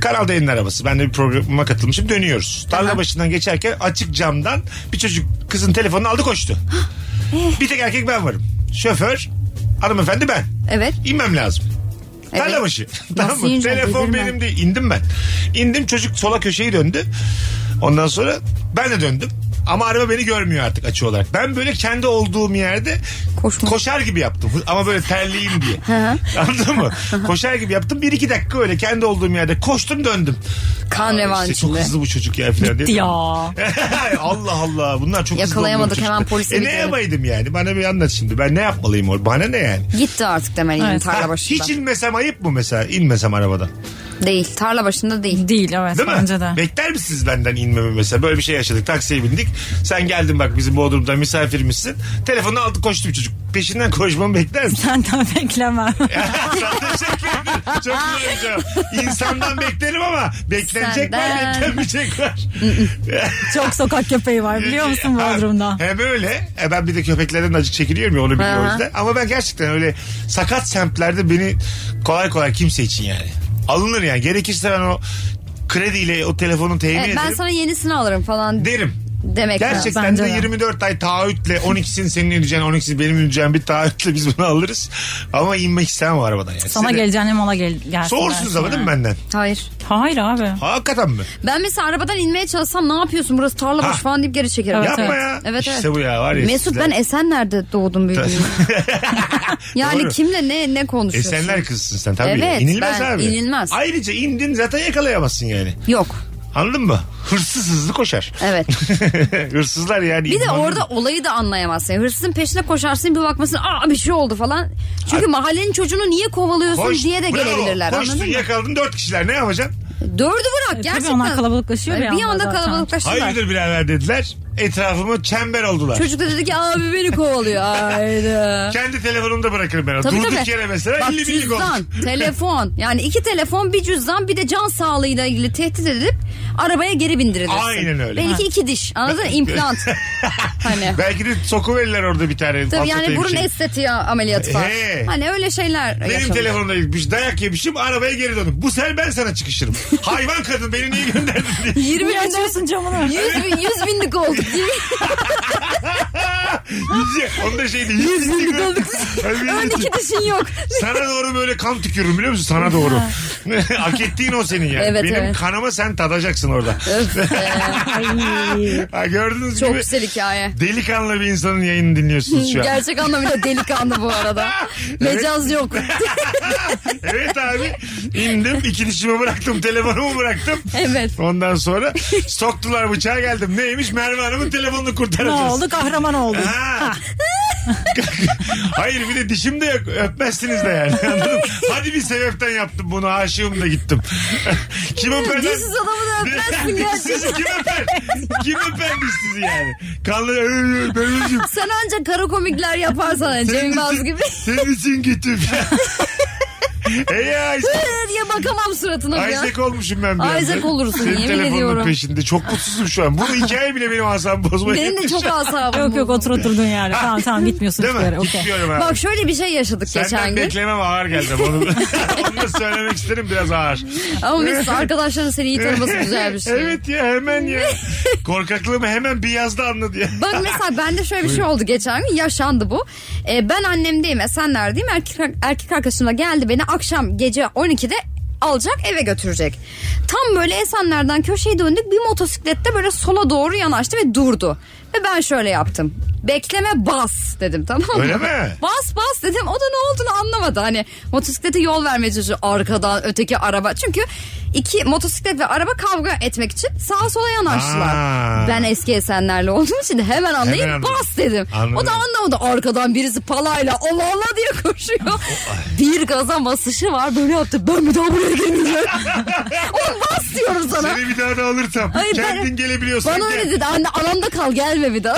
S3: Kanal D'nin arabası. Ben de bir programa katılmışım. Dönüyoruz. Tarla başından geçerken açık camdan bir çocuk kızın telefonunu aldı koştu.
S5: Eh.
S3: bir tek erkek ben varım. Şoför, hanımefendi ben.
S4: Evet.
S3: İnmem lazım.
S4: Evet.
S3: Tarla başı. tamam mı?
S4: ineceksin?
S3: Telefon
S4: Delirme.
S3: benim değil. İndim ben. İndim çocuk sola köşeyi döndü. Ondan sonra ben de döndüm. Ama araba beni görmüyor artık açı olarak. Ben böyle kendi olduğum yerde
S4: Koşma.
S3: koşar gibi yaptım. Ama böyle terliyim diye. Anladın mı? koşar gibi yaptım. Bir iki dakika öyle kendi olduğum yerde koştum döndüm.
S4: Kan
S3: Aa,
S4: revan
S3: işte Çok
S4: içinde.
S3: hızlı bu çocuk ya falan diye.
S5: Ya.
S3: Allah Allah bunlar çok hızlı
S4: Yakalayamadık,
S3: oluyor bu
S4: hemen
S3: çocuklar.
S4: polise
S3: E ne
S4: gidelim.
S3: yapaydım yani? Bana bir anlat şimdi. Ben ne yapmalıyım orada? Bana ne yani?
S4: Gitti artık demeliyim
S5: Evet.
S4: tarla
S3: Ha,
S4: başında.
S3: hiç inmesem ayıp mı mesela? İnmesem arabadan.
S4: Değil. Tarla başında değil.
S5: Değil evet
S3: Değil mi?
S5: bence de.
S3: Bekler misiniz benden inmemi mesela? Böyle bir şey yaşadık. Taksiye bindik. Sen geldin bak bizim Bodrum'da misafirimizsin. Telefonu aldı koştu bir çocuk. Peşinden koşmamı bekler misin?
S5: Senden beklemem.
S3: Sana teşekkür ederim. Çok güzel bir cevap. İnsandan beklerim ama beklenecek var
S4: Senden.
S3: beklenmeyecek var.
S5: Çok sokak köpeği var biliyor musun
S3: Ha,
S5: Bodrum'da?
S3: Hem öyle. E ben bir de köpeklerden acık çekiliyorum ya onu biliyorum
S4: Aha.
S3: o yüzden. Ama ben gerçekten öyle sakat semtlerde beni kolay kolay kimse için yani. Alınır yani. Gerekirse ben o krediyle o telefonun temin
S4: Evet,
S3: ederim.
S4: ben sana yenisini alırım falan
S3: Derim.
S4: demek lazım.
S3: Gerçekten
S5: bence
S3: de
S5: de.
S3: 24 ay taahhütle 12'sini senin ödeyeceksin 12'sini benim ödeyeceğim bir taahhütle biz bunu alırız. Ama inmek istemem o arabadan yani.
S5: Sana
S3: Size de-
S5: geleceğin hem ona gel gelsin.
S3: Soğursunuz
S5: dersin
S3: ama değil mi
S5: yani.
S3: benden?
S4: Hayır.
S5: Hayır abi.
S3: Hakikaten mi?
S4: Ben mesela arabadan inmeye çalışsam ne yapıyorsun burası tarla
S3: Ha.
S4: başı falan deyip geri çekerim.
S5: Evet,
S3: Yapma
S5: evet.
S3: ya.
S4: Evet,
S3: işte
S4: evet.
S3: bu ya var ya.
S4: Mesut ben Esenler'de doğdum büyüdüm. yani
S3: Doğru.
S4: kimle ne ne konuşuyorsun?
S3: Esenler E, kızsın sen tabii.
S4: Evet,
S3: inilmez
S4: ben-
S3: abi.
S4: inilmez.
S3: Ayrıca indin zaten yakalayamazsın yani.
S4: Yok.
S3: Anladın mı? Hırsız hızlı koşar.
S4: Evet.
S3: Hırsızlar yani.
S4: Bir de
S3: idmanlı-
S4: orada olayı da anlayamazsın. Hırsızın peşine koşarsın bir bakmasın aa bir şey oldu falan. Çünkü mahallenin çocuğunu niye kovalıyorsun
S3: Koş-
S4: diye de
S3: Bravo,
S4: gelebilirler.
S3: Koştun
S4: Anladın mı?
S3: yakaladın dört kişiler ne yapacaksın?
S4: Dördü bırak
S5: E, Tabii
S4: gerçekten.
S5: onlar kalabalıklaşıyor bir
S4: Yani bir anda
S5: zaten.
S4: kalabalıklaştılar.
S3: Hayırdır birader dediler. Etrafıma çember oldular.
S4: Çocuk da dedi ki abi beni kovalıyor. Hayda.
S3: Kendi telefonumu da bırakırım ben.
S4: Tabii,
S3: Durduk
S4: tabii.
S3: yere mesela
S4: Bak
S3: 50 binlik oldu.
S4: cüzdan, telefon. Yani iki telefon, bir cüzdan, bir de can sağlığıyla ilgili tehdit edip arabaya geri bindirilirsin.
S3: Aynen öyle.
S4: Belki iki diş. Anladın mı? İmplant. hani.
S3: Belki de soku verirler orada bir tane.
S4: Tabii yani
S3: patlatayım
S4: burun
S3: şey.
S4: estetiği ameliyatı var.
S3: He.
S4: Hani öyle şeyler
S3: Benim
S4: yaşanıyor.
S3: telefonumda ilgili dayak yemişim arabaya geri döndüm. Bu sefer ben sana çıkışırım. Hayvan kadın beni niye gönderdin diye.
S4: 20
S5: Niye
S4: bin,
S5: açıyorsun camını?
S4: 100 bin, 100 binlik olduk değil mi?
S3: Yüzce- Onda şeydi. Yüz
S4: binlik olduk.
S3: Tabii.
S4: Ön iki dişin yok.
S3: Sana doğru böyle kan tükürürüm biliyor musun? Sana doğru. Hak ettiğin o senin yani.
S4: Evet,
S3: Benim
S4: evet.
S3: kanama sen tadacaksın orada.
S4: Öf be.
S3: Ha, gördüğünüz
S4: Çok
S3: gibi
S4: güzel hikaye.
S3: delikanlı bir insanın yayını dinliyorsunuz şu an.
S4: Gerçek anlamıyla delikanlı bu arada. Mecaz yok.
S3: evet abi indim iki dişimi bıraktım telefonumu bıraktım.
S4: evet.
S3: Ondan sonra soktular bıçağa geldim. Neymiş Merve Hanım'ın telefonunu
S5: Ne
S3: kurtaracağız.
S5: oldu kahraman oldu.
S3: Ha. Hayır bir de dişim de yok. Öpmezsiniz de yani. Anladın mı? Hadi bir sebepten yaptım bunu. Aşığım da gittim. Kim öper? lan?
S4: Dişsiz adamı da öpmezsin
S3: Dişsiz
S4: gerçekten.
S3: kim öper? Kim öper dişsizi yani? Kanlı "Ey, benim için-
S4: Sen ancak kara komikler yaparsan
S3: senin
S4: Cem Yılmaz
S3: için-
S4: gibi.
S3: Senin için gittim. Ey Isaac.
S4: diye bakamam suratına bir an.
S3: Isaac olmuşum ben bir anda.
S4: Isaac olursun,
S3: Senin
S4: yemin
S3: telefonunun
S4: ediyorum.
S3: peşinde. Çok mutsuzum şu an. Bu hikaye bile benim asabımı bozmaya
S4: Benim de
S3: yetmiş.
S4: çok asabım.
S5: Yok yok
S4: bozuldu.
S5: otur oturduğun yerde. Tamam tamam gitmiyorsun
S3: Değil
S5: hiçbir
S3: mi?
S5: yere. Okey.
S3: Gitmiyorum abi.
S4: Bak şöyle bir şey yaşadık geçen
S3: Senden
S4: gün.
S3: beklemem ağır geldi. ama Onu, onu da söylemek isterim biraz ağır.
S4: Ama Mesut arkadaşların seni iyi tanıması güzel bir şey.
S3: evet ya hemen ya. Korkaklığımı hemen bir yazda anladı ya.
S4: Bak mesela bende şöyle bir şey oldu geçen gün yaşandı bu. Ee, ben annemdeyim Esenler'deyim erkek, erkek arkadaşım da geldi beni akşam gece 12'de alacak eve götürecek. Tam böyle Esenler'den köşeye döndük bir motosiklette böyle sola doğru yanaştı ve durdu. Ve ben şöyle yaptım. Bekleme bas dedim tamam mı?
S3: Öyle mi?
S4: Bas bas dedim. O da ne olduğunu anlamadı. Hani motosiklete yol vermeye çalışıyor. Arkadan öteki araba. Çünkü iki motosiklet ve araba kavga etmek için sağa sola yanaştılar.
S3: Aa.
S4: Ben eski esenlerle olduğum için de hemen anlayıp
S3: Hemen anladım.
S4: bas dedim.
S3: Anladım.
S4: O da anlamadı. Arkadan birisi palayla Allah Allah diye koşuyor.
S3: Oh,
S4: bir gaza basışı var. Böyle yaptı. Ben bir daha buraya gelmeyeceğim. Oğlum bas diyorum sana.
S3: Seni bir daha da alırsam.
S4: Hayır, ben-
S3: kendin gelebiliyorsan
S4: Bana
S3: gel.
S4: öyle dedi. Anne anamda kal gelme bir daha.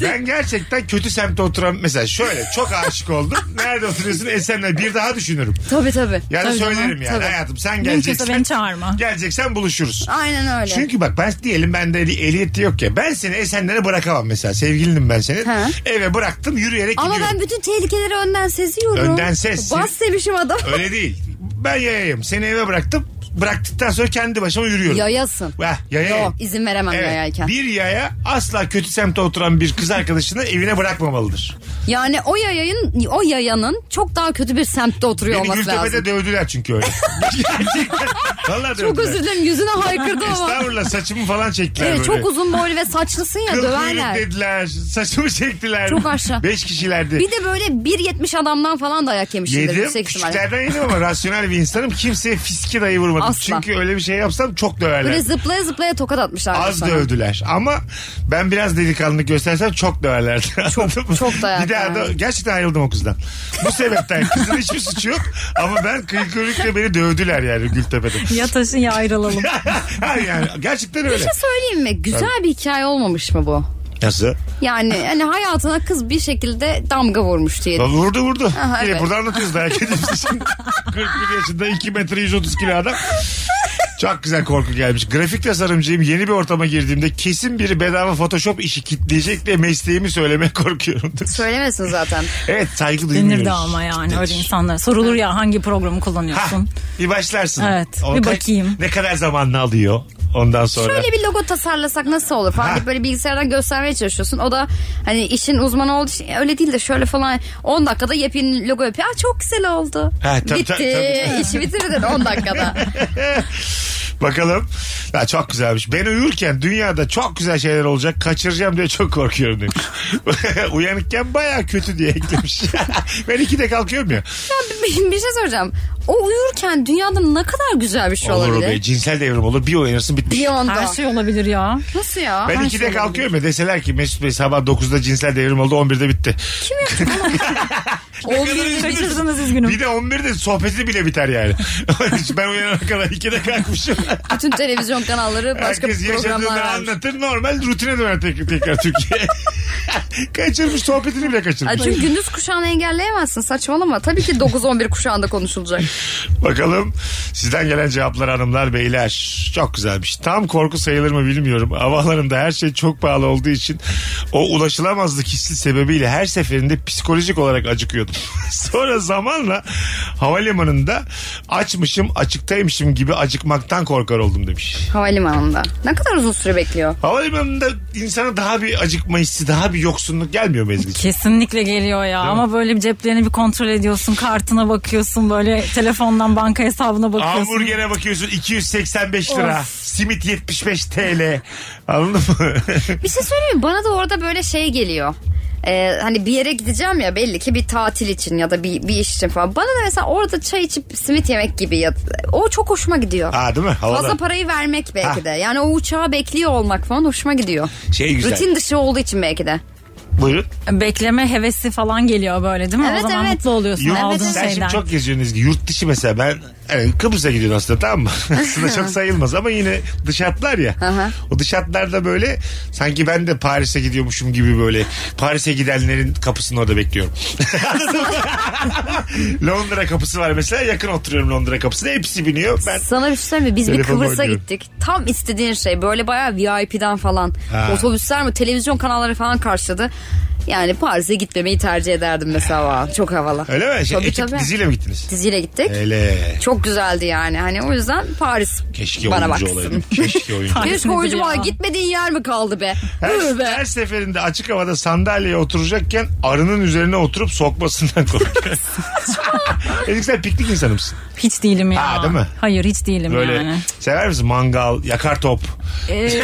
S3: Ben gerçekten kötü semtte oturan mesela şöyle çok aşık oldum. Nerede oturuyorsun Esenler bir daha düşünürüm.
S4: tabii tabii.
S3: Yani
S4: Tabii canım,
S3: söylerim yani
S4: tabii.
S3: hayatım sen
S5: Mümkünse beni
S3: geleceksen.
S5: çağırma.
S3: Geleceksen buluşuruz.
S4: Aynen öyle.
S3: Çünkü bak ben diyelim bende eli- ehliyeti yok ya. Ben seni Esenler'e bırakamam mesela. Sevgilinim ben senin.
S4: Ha.
S3: Eve bıraktım yürüyerek
S4: Ama
S3: gidiyorum.
S4: ben bütün tehlikeleri önden seziyorum.
S3: Önden ses.
S4: Bas demişim adam.
S3: Öyle değil. Ben yayayım. Seni eve bıraktım. Bıraktıktan sonra kendi başıma yürüyorum.
S4: Yayasın.
S3: Heh, yayayım.
S4: Yok, izin veremem
S3: Evet,
S4: yayayken.
S3: Bir yaya asla kötü semtte oturan bir kız arkadaşını evine bırakmamalıdır.
S4: Yani o yayayın o yayanın çok daha kötü bir semtte oturuyor
S3: Beni
S4: olması
S3: Gültepe'de
S4: lazım.
S3: dövdüler çünkü öyle. Gerçekten. Vallahi
S4: Çok
S3: dövdüler.
S4: özür dilerim yüzüne haykırdı ama.
S3: Estağfurullah saçımı falan çektiler
S4: Evet,
S3: böyle.
S4: çok uzun boylu ve saçlısın ya
S3: Kıl kuyruk
S4: döverler.
S3: dediler. Saçımı çektiler.
S4: Çok aşağı.
S3: Beş kişilerdi.
S4: Bir de böyle 1.70 adamdan falan dayak yemişimdir
S3: Yedim.
S4: yüksek ihtimalle.
S3: Küçüklerden yedim ama rasyonel bir insanım. Kimseye fiski dayı vurmadım. yapmadım.
S4: Asla.
S3: Çünkü öyle bir şey yapsam çok döverler.
S4: Böyle zıplaya zıplaya tokat atmışlar.
S3: Az
S4: sonra.
S3: dövdüler ama ben biraz delikanlılık göstersem çok döverlerdi. Anladın mı?
S4: çok dayak
S3: Bir daha da,
S4: yani.
S3: gerçekten ayrıldım o kızdan. Bu sebepten kızın hiçbir suçu yok ama ben kıyık körükle beni dövdüler yani Gültepe'de.
S5: Ya taşın ya ayrılalım.
S3: Ha yani gerçekten
S4: Bir
S3: öyle.
S4: şey söyleyeyim mi? Güzel bir hikaye olmamış mı bu?
S3: Nasıl?
S4: Yani hani hayatına kız bir şekilde damga vurmuş diye.
S3: Ya Vurdu vurdu.
S4: Aha,
S3: Yine
S4: evet.
S3: burada anlatıyoruz dayak edilmiş. 41 yaşında 2 metre 130 kilo adam. Çok güzel korku gelmiş. Grafik tasarımcıyım. Yeni bir ortama girdiğimde kesin biri bedava Photoshop işi kitleyecek diye mesleğimi söylemeye korkuyorum.
S4: Söylemesin zaten.
S3: evet saygı duymuyoruz.
S5: Denir de ama yani öyle insanlara. Sorulur ya hangi programı
S3: Ha,
S5: kullanıyorsun?
S3: bir başlarsın.
S5: Evet,
S3: O
S5: bir
S3: kaç-
S5: bakayım.
S3: Ne kadar zamanını alıyor ondan sonra.
S4: Şöyle bir logo tasarlasak nasıl olur falan
S3: Ha.
S4: deyip böyle bilgisayardan göstermeye çalışıyorsun. O da hani işin uzmanı olduğu için "E, öyle değil de şöyle falan 10 dakikada yepyeni logo yapıyor. Aa, çok güzel oldu.
S3: Ha, tabii,
S4: Bitti.
S3: tabii, tabii.
S4: İşi bitirdin 10 dakikada.
S3: Bakalım. Ya çok güzelmiş. Ben uyurken dünyada çok güzel şeyler olacak. Kaçıracağım diye çok korkuyorum demiş. Uyanıkken baya kötü diye eklemiş. ben iki de kalkıyorum ya.
S4: bir, bir şey soracağım. O uyurken dünyada ne kadar güzel bir şey
S3: olur o
S4: olabilir.
S3: be. Cinsel devrim olur. Bir uyanırsın bitmiş.
S4: Bir onda.
S5: Her şey olabilir ya.
S4: Nasıl ya?
S3: ben
S4: Her
S3: ikide
S4: şey
S3: kalkıyorum ya deseler ki Mesut Bey sabah 9'da cinsel devrim oldu 11'de bitti.
S4: olabilir.
S3: kadar üzülürsün.
S5: Kaçırdınız üzgünüm.
S3: Bir de 11'de sohbeti bile biter yani. ben uyanana kadar 2'de kalkmışım.
S4: şey- Bütün televizyon kanalları başka
S3: Herkes
S4: programlar
S3: yaşadığını
S4: vermiş.
S3: anlatır normal rutine döner tekrar, tekrar Türkiye. kaçırmış sohbetini bile
S4: Ay,
S3: kaçırmış.
S4: çünkü gündüz kuşağını engelleyemezsin saçmalama. Tabii ki 9-11 kuşağında konuşulacak.
S3: Bakalım sizden gelen cevaplar hanımlar beyler. Çok güzelmiş. Tam korku sayılır mı bilmiyorum. Havalarında her şey çok pahalı olduğu için o ulaşılamazlık hissi sebebiyle her seferinde psikolojik olarak acıkıyordum. Sonra zamanla havalimanında açmışım açıktaymışım gibi acıkmaktan korkar oldum demiş.
S4: Havalimanında. Ne kadar uzun süre bekliyor?
S3: Havalimanında insana daha bir acıkma hissi daha bir yoksunluk gelmiyor mu Ezgi'ciğim?
S5: Kesinlikle geliyor ya ama böyle bir ceplerini bir kontrol ediyorsun kartına bakıyorsun böyle telefondan banka hesabına bakıyorsun.
S3: Hamburger'e bakıyorsun 285 lira. Simit 75 TL. Anladın mı?
S4: Bir şey söyleyeyim mi? Bana da orada böyle şey geliyor. Ee, hani bir yere gideceğim ya belli ki bir tatil için ya da bir, bir iş için falan. Bana da mesela orada çay içip simit yemek gibi ya, o çok hoşuma gidiyor.
S3: ha değil mi? Havada.
S4: Fazla parayı vermek belki
S3: Ha.
S4: de. Yani o uçağı bekliyor olmak falan hoşuma gidiyor.
S3: Şey güzel.
S4: Rutin dışı olduğu için belki de.
S3: Buyurun.
S5: Bekleme hevesi falan geliyor böyle değil mi?
S4: Evet,
S5: o zaman
S4: evet.
S5: mutlu oluyorsun
S3: Yurt,
S5: aldığın
S3: sen
S5: şeyden.
S3: şimdi çok geziyorsun Ezgi. Yurt dışı mesela ben yani Kıbrıs'a gidiyorsun aslında tamam mı? aslında çok sayılmaz ama yine dış hatlar ya.
S4: Aha.
S3: o dış hatlarda böyle sanki ben de Paris'e gidiyormuşum gibi böyle Paris'e gidenlerin kapısını orada bekliyorum. Anladın mı? Londra kapısı var mesela yakın oturuyorum Londra kapısına hepsi biniyor. Ben
S4: Sana bir şey söyleyeyim mi? Biz bir
S3: Telefonu
S4: Kıbrıs'a
S3: oynuyorum.
S4: gittik. Tam istediğin şey. Böyle bayağı VIP'den falan.
S3: Ha.
S4: Otobüsler mi? Televizyon kanalları falan karşıladı. Yani Paris'e gitmemeyi tercih ederdim mesela. Vay, Çok havalı.
S3: öyle mi? Şey,
S4: Tabii,
S3: ekip
S4: tabii.
S3: diziyle mi gittiniz?
S4: Diziyle gittik.
S3: Hele.
S4: Çok güzeldi yani. Hani o yüzden Paris
S3: Keşke
S4: bana
S3: oyuncu
S4: baksın.
S3: olaydım. Keşke oyuncu.
S4: Keşke
S5: Paris
S4: oyuncu
S5: nedir
S4: var.
S5: ya?
S4: Gitmediğin yer mi kaldı be? Üh
S3: Her,
S4: be.
S3: her seferinde açık havada sandalyeye oturacakken arının üzerine oturup sokmasından korkuyorum. Ezik sen piknik insanı mısın?
S5: Hiç değilim ya.
S3: Ha, değil mi?
S5: Hayır hiç değilim
S3: Böyle
S5: yani.
S3: sever misin mangal, yakar top?
S5: Ee,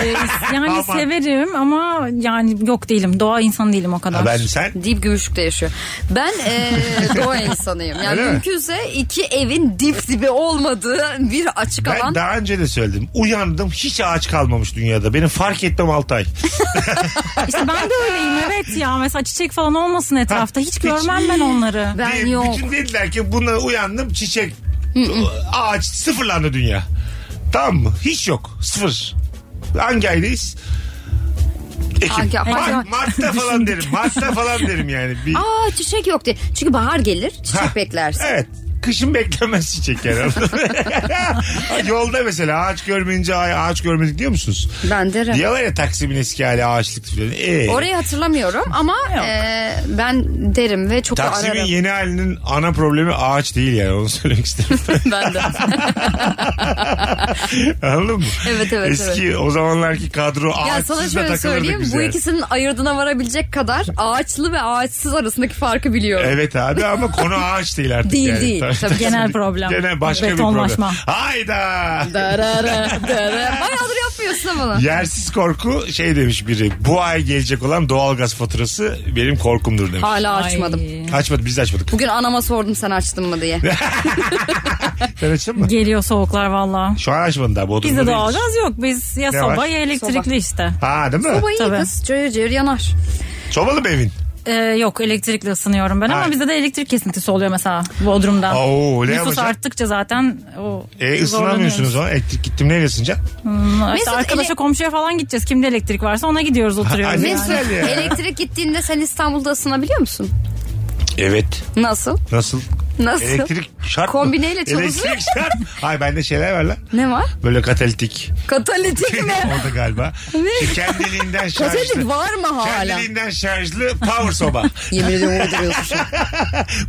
S3: Aman.
S5: yani severim ama yani yok değilim. Doğa insanı değilim o kadar.
S3: Ha, ben sen?
S4: Dip gümüşlükte yaşıyor. Ben eee doğa insanıyım. Yani
S3: Öyle mi?
S4: mümkünse iki evin dip dibi olmadığı bir açık
S3: Ben
S4: alan.
S3: daha önce de söyledim. Uyandım hiç ağaç kalmamış dünyada. Benim fark etmem 6 ay.
S5: İşte ben de öyleyim evet ya. Mesela çiçek falan olmasın etrafta. Hiç görmem ben onları.
S4: Ben
S3: Diye
S4: yok.
S3: Bütün dediler ki buna uyandım çiçek, ağaç sıfırlandı dünya. Tamam mı? Hiç yok. Sıfır. Hangi aydayız? Ekim.
S4: Hangi-
S3: Mart-
S4: Hangi-
S3: Mart'ta falan derim. Mart'ta falan derim yani. Bir...
S4: Aa çiçek yok diye. Çünkü bahar gelir çiçek
S3: Ha,
S4: beklersin.
S3: Evet. Kışın beklenmez çiçek yani. anladın mı? Yolda mesela ağaç görmeyince ay ağaç görmedik diyor musunuz?
S4: Ben derim.
S3: Diyorlar ya Taksim'in eski hali ağaçlık filan. Ee,
S4: Orayı hatırlamıyorum ama eee, ben derim ve çok da
S3: Taksim'in
S4: ararım.
S3: yeni halinin ana problemi ağaç değil yani onu söylemek isterim.
S4: ben de.
S3: Anladın mı?
S4: Evet, evet,
S3: Eski o zamanlarki kadro
S4: ya
S3: ağaçsız da
S4: sana şöyle
S3: takılırdı
S4: söyleyeyim
S3: biz
S4: bu
S3: yani.
S4: ikisinin ayırdına varabilecek kadar ağaçlı ve ağaçsız arasındaki farkı biliyorum.
S3: Evet abi ama konu ağaç değil artık
S4: Değil,
S3: yani.
S4: değil.
S3: Tabii.
S4: tabii.
S5: Genel problem.
S3: Gene başka bir problem.
S5: Betonlaşma.
S3: Hayda.
S10: Darara, darara.
S4: Bayağıdır yapmıyorsun ama.
S3: Yersiz korku şey demiş biri. Bu ay gelecek olan doğalgaz faturası benim korkumdur demiş.
S4: Hala
S5: Ay.
S4: açmadım.
S3: Açmadık biz de açmadık.
S4: Bugün anama sordum sen açtın mı diye.
S3: Sen açtın mı?
S5: Geliyor soğuklar valla.
S3: Şu an açmadın daha. Bodrum'da
S5: Bizde
S3: değiliz.
S5: doğalgaz yok. Biz ya
S3: Ne
S5: soba
S3: var?
S5: ya elektrikli
S4: Soba.
S5: işte.
S3: Ha değil mi?
S4: Soba iyi
S5: Tabii.
S4: kız. Cayır cayır yanar.
S3: Sobalı mı evin?
S5: Ee, yok elektrikli ısınıyorum ben
S3: Ay.
S5: ama bizde de elektrik kesintisi oluyor mesela Bodrum'da.
S3: Oo, ne
S5: Nüfus
S3: yapacaksın?
S5: arttıkça zaten o
S3: E, ısınamıyorsunuz o. Elektrik gittim neyle ısınacaksın?
S5: zorlanıyoruz. İşte
S4: Mesut,
S5: arkadaşa
S4: ele-
S5: komşuya falan gideceğiz. Kimde elektrik varsa ona gidiyoruz oturuyoruz.
S3: Ne
S5: yani.
S3: güzel ya.
S4: Elektrik gittiğinde sen İstanbul'da ısınabiliyor musun?
S3: Evet.
S4: Nasıl?
S3: Nasıl?
S4: Nasıl?
S3: Elektrik şart mı?
S4: Kombineyle çalışıyor.
S3: Elektrik şart. Hayır bende şeyler var lan.
S4: Ne var?
S3: Böyle katalitik.
S4: Katalitik mi?
S3: Orada galiba. Ki kendiliğinden şarjlı.
S4: Katalitik var mı hala?
S3: Kendiliğinden şarjlı power soba.
S4: Yemin ediyorum uyduruyorsun. şu an.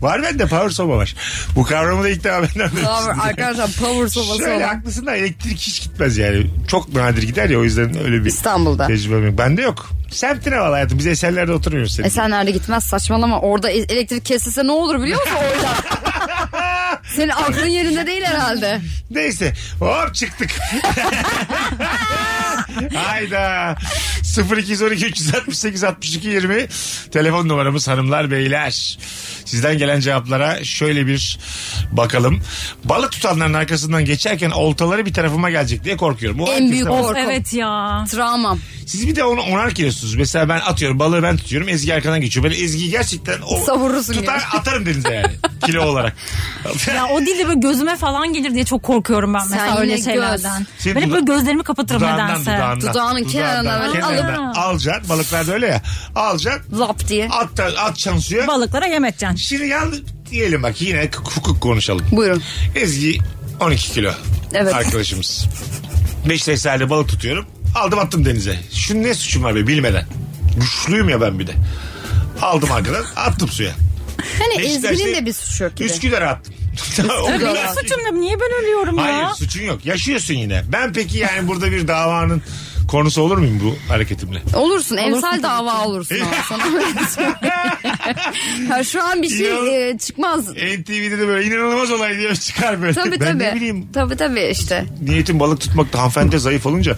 S3: var bende power soba var. Bu kavramı da ilk defa benden
S4: Power,
S3: duymuşsunuz.
S4: arkadaşlar power sobası
S3: Şöyle
S4: olan.
S3: haklısın da elektrik hiç gitmez yani. Çok nadir gider ya o yüzden öyle bir
S4: İstanbul'da.
S3: tecrübem yok. Bende yok. Semtine bağlı hayatım. Biz eserlerde oturmuyoruz senin.
S4: E sen nerede gitmez saçmalama. Orada e- elektrik kesilse ne olur biliyor musun orada? Senin aklın yerinde değil herhalde.
S3: Neyse hop çıktık. Hayda. 0212 368 62 20 telefon numaramız hanımlar beyler. Sizden gelen cevaplara şöyle bir bakalım. Balık tutanların arkasından geçerken oltaları bir tarafıma gelecek diye korkuyorum. Bu herkes
S4: en büyük
S3: tarafı-
S4: korkum.
S5: Evet ya.
S4: Travmam.
S3: Siz bir de onu onar kilosunuz. Mesela ben atıyorum balığı ben tutuyorum. Ezgi arkadan geçiyor. Ben Ezgi'yi gerçekten o
S4: Savurursun
S3: tutar
S4: yani.
S3: atarım denize yani. kilo olarak.
S5: Ya o değil de böyle gözüme falan gelir diye çok korkuyorum ben mesela
S4: Sen
S5: öyle
S4: yine
S5: şeylerden.
S4: göz.
S3: Senin
S5: ben hep
S3: duda-
S5: böyle gözlerimi kapatırım nedense.
S4: Dudağının kenarına böyle
S5: alıp-
S3: alacaksın. Balıklarda öyle ya. Alacaksın.
S4: Lap diye.
S3: At, atacaksın suya.
S5: Balıklara yem edeceksin.
S3: Şimdi yalnız diyelim bak yine hukuk- hukuk konuşalım.
S4: Buyurun.
S3: Ezgi 12 kilo.
S4: Evet.
S3: Arkadaşımız. Beşiktaş sahilde balık tutuyorum. Aldım attım denize. Şu ne suçum var be bilmeden. Güçlüyüm ya ben bir de. Aldım arkadan attım suya.
S4: Hani
S3: Beşiktaş'ta-
S4: Ezgi'nin de bir suçu yok gibi.
S3: Üsküdar'a attım. O
S4: Tabii
S3: kadar.
S4: benim
S5: Benim suçum ne? Niye ben ölüyorum ya?
S3: Hayır suçun yok. Yaşıyorsun yine. Ben peki yani burada bir davanın konusu olur muyum bu hareketimle?
S4: Olursun emsal dava olursun. ama sana öyle söyleyeyim. ya şu an bir şey
S3: İnan-
S4: e, çıkmaz.
S3: NTV'de de böyle inanılmaz olay diye çıkar böyle.
S4: Tabii
S3: ben
S4: tabii.
S3: ne bileyim
S4: Tabii tabii işte.
S3: niyetim balık tutmakta hanımefendi de zayıf olunca.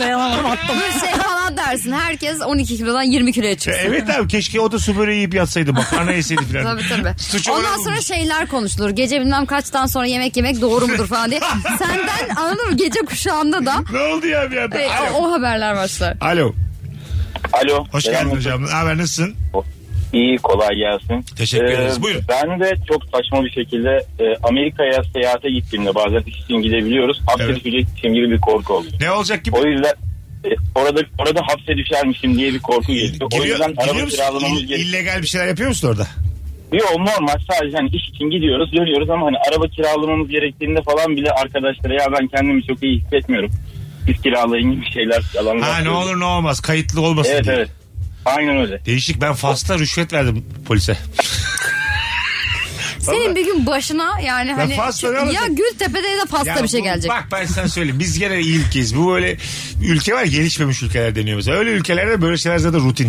S5: Dayanamadım attım.
S4: Böyle şey falan dersin. Herkes 12 kilodan 20 kiloya
S3: Ya
S4: çıksın.
S3: evet abi keşke o da su böreği yiyip yatsaydı. Makarna yeseydi falan.
S4: Tabii tabii.
S3: Suçu
S4: Ondan
S3: ona
S4: sonra
S3: bulmuş.
S4: şeyler konuşulur. Gece bilmem kaçtan sonra yemek yemek doğru mudur falan diye. Senden anladın mı? Gece kuşağında da
S3: Ne oldu ya bir anda?
S4: e,
S3: Alo.
S4: o, o haberler başlar.
S3: Alo.
S9: Alo.
S3: Hoş
S9: selam
S3: geldin hocam. Ne haber nasılsın?
S9: İyi kolay gelsin. Ee,
S3: Teşekkür ederiz. Buyurun.
S9: Ben de çok saçma bir şekilde e, Amerika'ya seyahate gittiğimde bazen iş için gidebiliyoruz. Hapse
S3: Evet.
S9: düşecekmişim gibi bir korku oldu.
S3: Ne olacak gibi?
S9: O yüzden e, orada orada hapse düşermişim diye bir korku geçti. o
S3: Gidiyor,
S9: yüzden
S3: gidiyor
S9: araba
S3: musun?
S9: kiralamamız
S3: İll-
S9: gerekiyor.
S3: illegal bir şeyler yapıyor musun orada?
S9: Yok normal sadece hani iş için gidiyoruz dönüyoruz ama hani araba kiralamamız gerektiğinde falan bile arkadaşlara ya ben kendimi çok iyi hissetmiyorum. Siz kiralayın gibi şeyler yalan.
S3: Ha ne olur ne olmaz. Kayıtlı olmasın
S9: Evet
S3: diye.
S9: evet. Aynen öyle.
S3: Değişik ben Fas'ta rüşvet verdim polise.
S4: Senin bir gün başına yani hani
S3: pasta ne olacak?
S4: ya Gültepe'de ya da pasta bir şey
S3: bu-
S4: gelecek.
S3: Bak ben sana söyleyeyim. Biz gene ilkiz. Bu böyle ülke var gelişmemiş ülkeler deniyor mesela. Öyle ülkelerde böyle şeyler zaten rutin.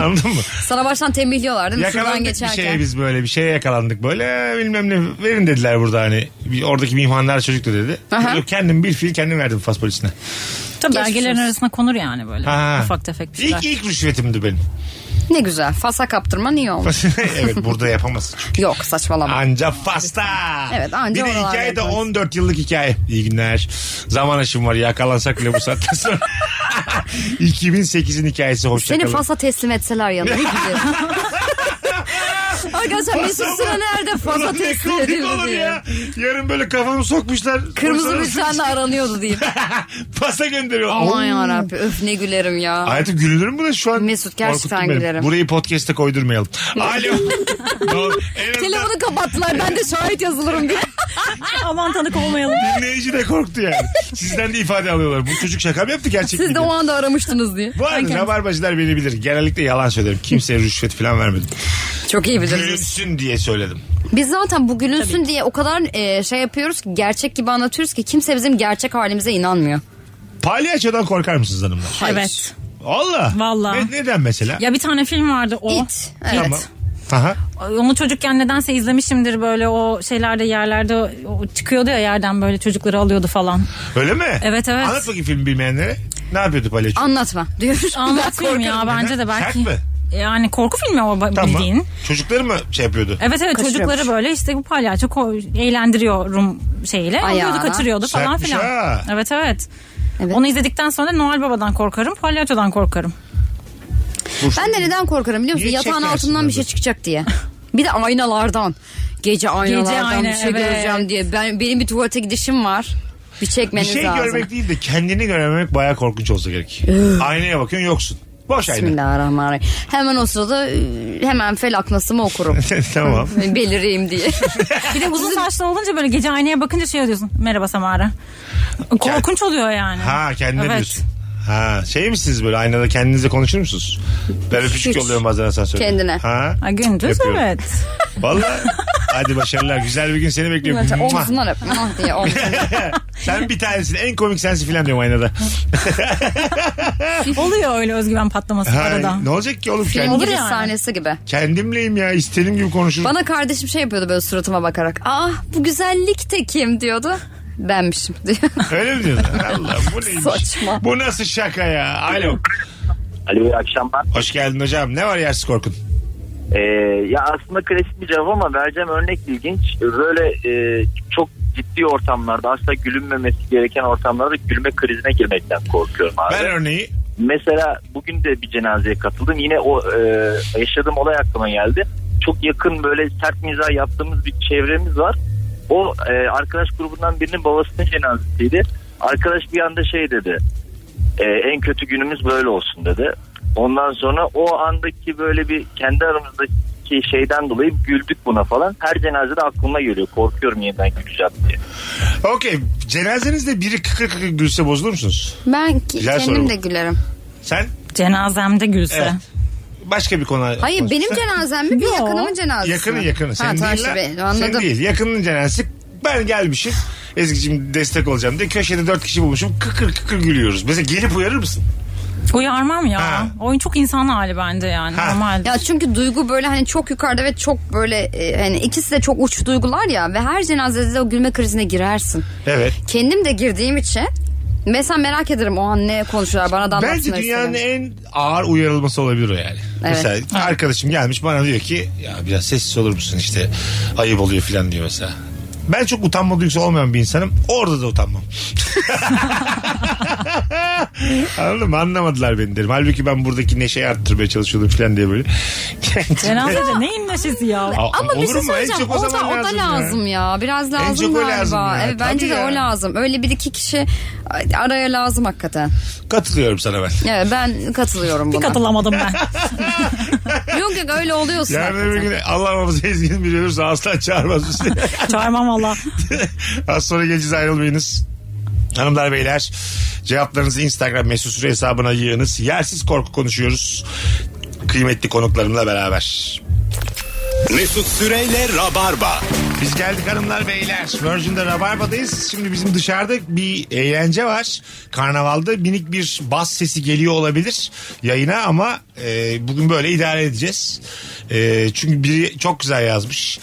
S3: Anladın mı?
S4: Sana baştan tembihliyorlar değil mi? Şuradan
S3: Yakalandık bir şey.
S4: geçerken.
S3: şeye biz böyle bir şeye yakalandık böyle "Ee, bilmem ne verin dediler burada hani Bir- oradaki mimhanlar çocuk da dedi.
S4: Aha.
S3: Yok, Kendim bir fiil kendim verdim fas polisine.
S5: Tabii
S4: Geçmiş
S5: belgelerin
S4: olsun.
S5: arasına konur yani böyle.
S3: Ha.
S5: Ufak tefek bir şeyler.
S3: İlk, ilk rüşvetimdi benim.
S4: Ne güzel. Fasa kaptırman iyi olmuş.
S3: evet burada yapamazsın.
S4: Yok saçmalama.
S3: Anca fasta.
S4: Evet, anca
S3: Bir de
S4: oralarda
S3: hikaye de
S4: yaparız.
S3: 14 yıllık hikaye. İyi günler. Zaman aşım var yakalansak bile bu saatten sonra. 2008'in hikayesi
S4: Seni
S3: hoşçakalın.
S4: Fas'a teslim etseler yanına. ne güzel. Arkadaşlar Mesut Süre nerede Fas'a teslim edildi diye.
S3: Yarın böyle kafamı sokmuşlar.
S4: Kırmızı
S3: Sonra-
S4: bültenle aranıyordu diyeyim.
S3: Pasa gönderiyor.
S4: Aman yarabbim öf ne gülerim ya.
S3: Hayatım gülünür mü buna şu an?
S4: Mesut, gerçekten
S3: Korkuttun beni.
S4: gülerim.
S3: Burayı podcast'e koydurmayalım. Alo. Doğru. en azından
S4: Telefonu kapattılar ben de şahit yazılırım diye.
S5: Aman tanık olmayalım.
S3: dinleyici de korktu yani. Sizden de ifade alıyorlar. Bu çocuk şaka mı yaptı gerçek
S4: Siz
S3: miydi?
S4: de o anda aramıştınız diye.
S3: Bu arada rabarbacılar beni bilir. Genellikle yalan söylerim. Kimseye rüşvet falan vermedim.
S4: Çok iyi biliriz.
S3: Gülünsün diye söyledim.
S4: Biz zaten bu gülünsün diye o kadar e, şey yapıyoruz ki gerçek gibi anlatıyoruz ki kimse bizim gerçek halimize inanmıyor.
S3: Palyaçodan korkar mısınız hanımlar?
S5: Evet.
S3: Allah.
S5: Valla.
S3: Ne- neden mesela?
S5: Ya bir tane film vardı o.
S4: İt. Oh. Evet.
S3: Tamam. Aha.
S5: Onu çocukken nedense izlemişimdir böyle o şeylerde yerlerde o çıkıyordu ya yerden böyle çocukları alıyordu falan.
S3: Öyle mi?
S5: Evet, evet.
S3: Anlat bakayım film bilmeyenlere. Ne yapıyordu palyaço?
S4: Anlatma diyoruz.
S5: Anlatmayayım ya bence de
S3: Sert
S5: belki.
S3: mi?
S5: Yani korku filmi o ba-
S3: Tamam.
S5: bildiğin.
S3: Çocukları mı şey yapıyordu?
S5: Evet evet çocukları böyle işte bu palyaço ko- eğlendiriyor Rum şeyiyle.
S4: Ayağına.
S5: Alıyordu kaçırıyordu falan
S3: Sertmiş
S5: filan.
S3: ha.
S5: Evet evet.
S4: Evet.
S5: Onu izledikten sonra Noel Baba'dan korkarım, palyaçodan korkarım.
S3: Dur.
S4: Ben de neden korkarım biliyor musun?
S3: Niye
S4: Yatağın
S3: çekersin
S4: altından bir şey
S3: orada?
S4: çıkacak diye. Bir de aynalardan. Gece aynalardan
S5: ayna,
S4: bir şey
S5: evet.
S4: göreceğim diye. Ben Benim bir tuvalete gidişim var. Bir
S3: Bir
S4: çekmeniz
S3: şey
S4: lazım.
S3: görmek değil de kendini görememek baya korkunç olsa gerek. Aynaya bakıyorsun yoksun. Boş ayna.
S4: Bismillahirrahmanirrahim. Hemen o sırada e, hemen felak nasımı okurum.
S3: tamam.
S4: Belireyim diye.
S5: Bir de uzun saçlı olunca böyle gece aynaya bakınca şey diyorsun. Merhaba Samara. Korkunç oluyor yani.
S3: Ha kendine
S5: Evet.
S3: diyorsun. Ha şey misiniz böyle aynada kendinizle konuşur musunuz? Ben öpücük
S4: Hiç.
S3: yolluyorum bazen asansörde.
S4: Kendine.
S3: Ha.
S5: Ha, gündüz
S3: Yapıyorum.
S5: evet.
S3: Valla. Hadi başarılar. Güzel bir gün seni bekliyorum. Mua.
S4: Omzundan öp. Mah Ah diye omzundan.
S3: Sen bir tanesin. En komik sensin filan diyorum aynada.
S5: Oluyor öyle özgüven patlaması
S3: Ha,
S5: arada.
S3: ne olacak ki oğlum?
S4: Film
S3: Kendim,
S5: Olur
S4: giriş
S5: yani.
S4: sahnesi gibi.
S3: kendimleyim ya. İstediğim gibi konuşurum.
S4: Bana kardeşim şey yapıyordu böyle suratıma bakarak. Ah bu güzellik de kim diyordu. Benmişim diyor.
S3: Öyle mi diyorsun? Allah bu neymiş?
S4: Saçma.
S3: Bu nasıl şaka ya? Alo.
S9: Alo iyi akşamlar.
S3: Hoş geldin hocam. Ne var yersiz korkun?
S9: Ee, ya aslında klasik bir cevap ama vereceğim örnek ilginç. Böyle e, çok ciddi ortamlarda aslında gülünmemesi gereken ortamlarda gülme krizine girmekten korkuyorum abi.
S3: Ver örneği.
S9: Mesela bugün de bir cenazeye katıldım. Yine o e, yaşadığım olay aklıma geldi. Çok yakın böyle sert mizah yaptığımız bir çevremiz var. O e, arkadaş grubundan birinin babasının cenazesiydi. Arkadaş bir anda şey dedi. E, en kötü günümüz böyle olsun dedi. Ondan sonra o andaki böyle bir kendi aramızdaki şeyden dolayı güldük buna falan. Her cenazede aklıma geliyor. Korkuyorum yeniden güleceğim diye.
S3: Okey. Cenazenizde biri kıkır kıkır gülse bozulur musunuz?
S4: Ben ki-
S3: Güzel soru bu.
S4: kendim de gülerim.
S3: Sen
S5: Cenazemde gülse.
S3: Evet. başka bir konu.
S4: Hayır benim
S3: Sen-
S4: cenazem mi? Bir
S5: Yo.
S4: yakınımın cenazesi
S3: Yakının
S4: mi?
S3: yakını. Sen
S4: ha, tamam
S3: değil,
S4: işte
S3: lan.
S4: ben anladım.
S3: Sen değil. Yakının cenazesi. Ben gelmişim. Ezgi'cim destek olacağım diye köşede dört kişi bulmuşum. Kıkır kıkır gülüyoruz. Mesela gelip uyarır mısın?
S5: Uyarmam ya.
S3: Ha.
S5: Oyun çok insan hali bence yani.
S3: Ha.
S5: Normal.
S4: Ya çünkü duygu böyle hani çok yukarıda ve çok böyle e, hani ikisi de çok uç duygular ya ve her cenazede de o gülme krizine girersin.
S3: Evet.
S4: Kendim de girdiğim için mesela merak ederim o an ne konuşuyorlar bana da
S3: Bence
S4: anlatsınlar
S3: dünyanın
S4: isterim.
S3: en ağır uyarılması olabilir o yani.
S4: Evet.
S3: Mesela arkadaşım gelmiş bana diyor ki ya biraz sessiz olur musun işte ayıp oluyor falan diyor mesela. Ben çok utanma duygusu olmayan bir insanım. Orada da utanmam. Anladın mı? Anlamadılar beni derim. Halbuki ben buradaki neşeyi arttırmaya çalışıyordum falan diye böyle.
S5: Cenazede neyin neşesi ya?
S3: Aa,
S4: Ama bir
S3: olur mu?
S4: şey
S3: En
S4: söyleyeceğim.
S3: çok
S4: O,
S3: o
S4: da,
S3: zaman
S4: o da
S3: lazım
S4: lazım,
S3: ya.
S4: ya. Biraz lazım
S3: çok o
S4: galiba.
S3: lazım ya.
S4: Evet, bence
S3: Tabii
S4: de
S3: ya.
S4: o lazım. Öyle bir iki kişi araya lazım hakikaten.
S3: Katılıyorum sana ben.
S4: Evet ben katılıyorum buna.
S5: Katılamadım ben.
S4: yok yok öyle oluyorsun.
S3: Yarın öbür
S4: hakikaten.
S3: gün Allah babası ezgin biri ölürse asla çağırmaz bizi.
S5: Çağırmam valla.
S3: Az sonra geleceğiz ayrılmayınız. Hanımlar beyler cevaplarınızı Instagram mesut süre hesabına yığınız. Yersiz korku konuşuyoruz. Kıymetli konuklarımla beraber.
S2: Mesut Süreyle Rabarba.
S3: Biz geldik hanımlar beyler. Virgin'de Rabarba'dayız. Şimdi bizim dışarıda bir eğlence var. Karnavalda minik bir bas sesi geliyor olabilir yayına ama e, bugün böyle idare edeceğiz. E, çünkü biri çok güzel yazmış.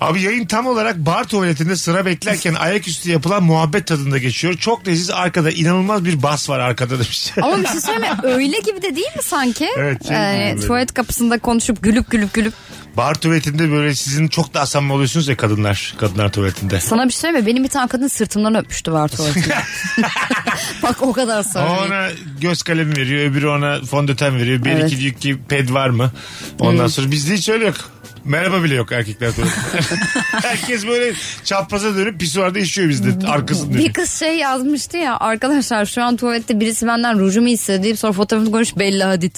S3: Abi yayın tam olarak bar tuvaletinde sıra beklerken ayaküstü yapılan muhabbet tadında geçiyor. Çok leziz arkada inanılmaz bir bas var arkada demiş.
S4: Ama bir şey söyleyeyim mi? öyle gibi de değil mi sanki? Ee,
S3: Evet, şey gibi böyle.
S4: tuvalet kapısında konuşup gülüp gülüp gülüp.
S3: bar tuvaletinde böyle sizin çok daha samimi oluyorsunuz ya kadınlar. Kadınlar tuvaletinde.
S4: Sana bir şey söyleyeyim mi? Benim bir tane kadın sırtımdan öpmüştü var tuvaletinde. Bak o kadar
S3: O
S4: söyleyeyim.
S3: ona göz kalemi veriyor, öbürü ona fondöten veriyor. Bir
S4: Evet.
S3: iki diyor ki ped var mı? Ondan sonra bizde hiç öyle yok. Merhaba bile yok erkekler tuvaletinde. Herkes böyle çapraza dönüp pisuarda işiyor bizde arkasını
S4: Bir
S3: dönüp.
S4: kız şey yazmıştı ya arkadaşlar şu an tuvalette birisi benden rujumu istedi deyip sonra fotoğrafını koymuş Bella Hadid.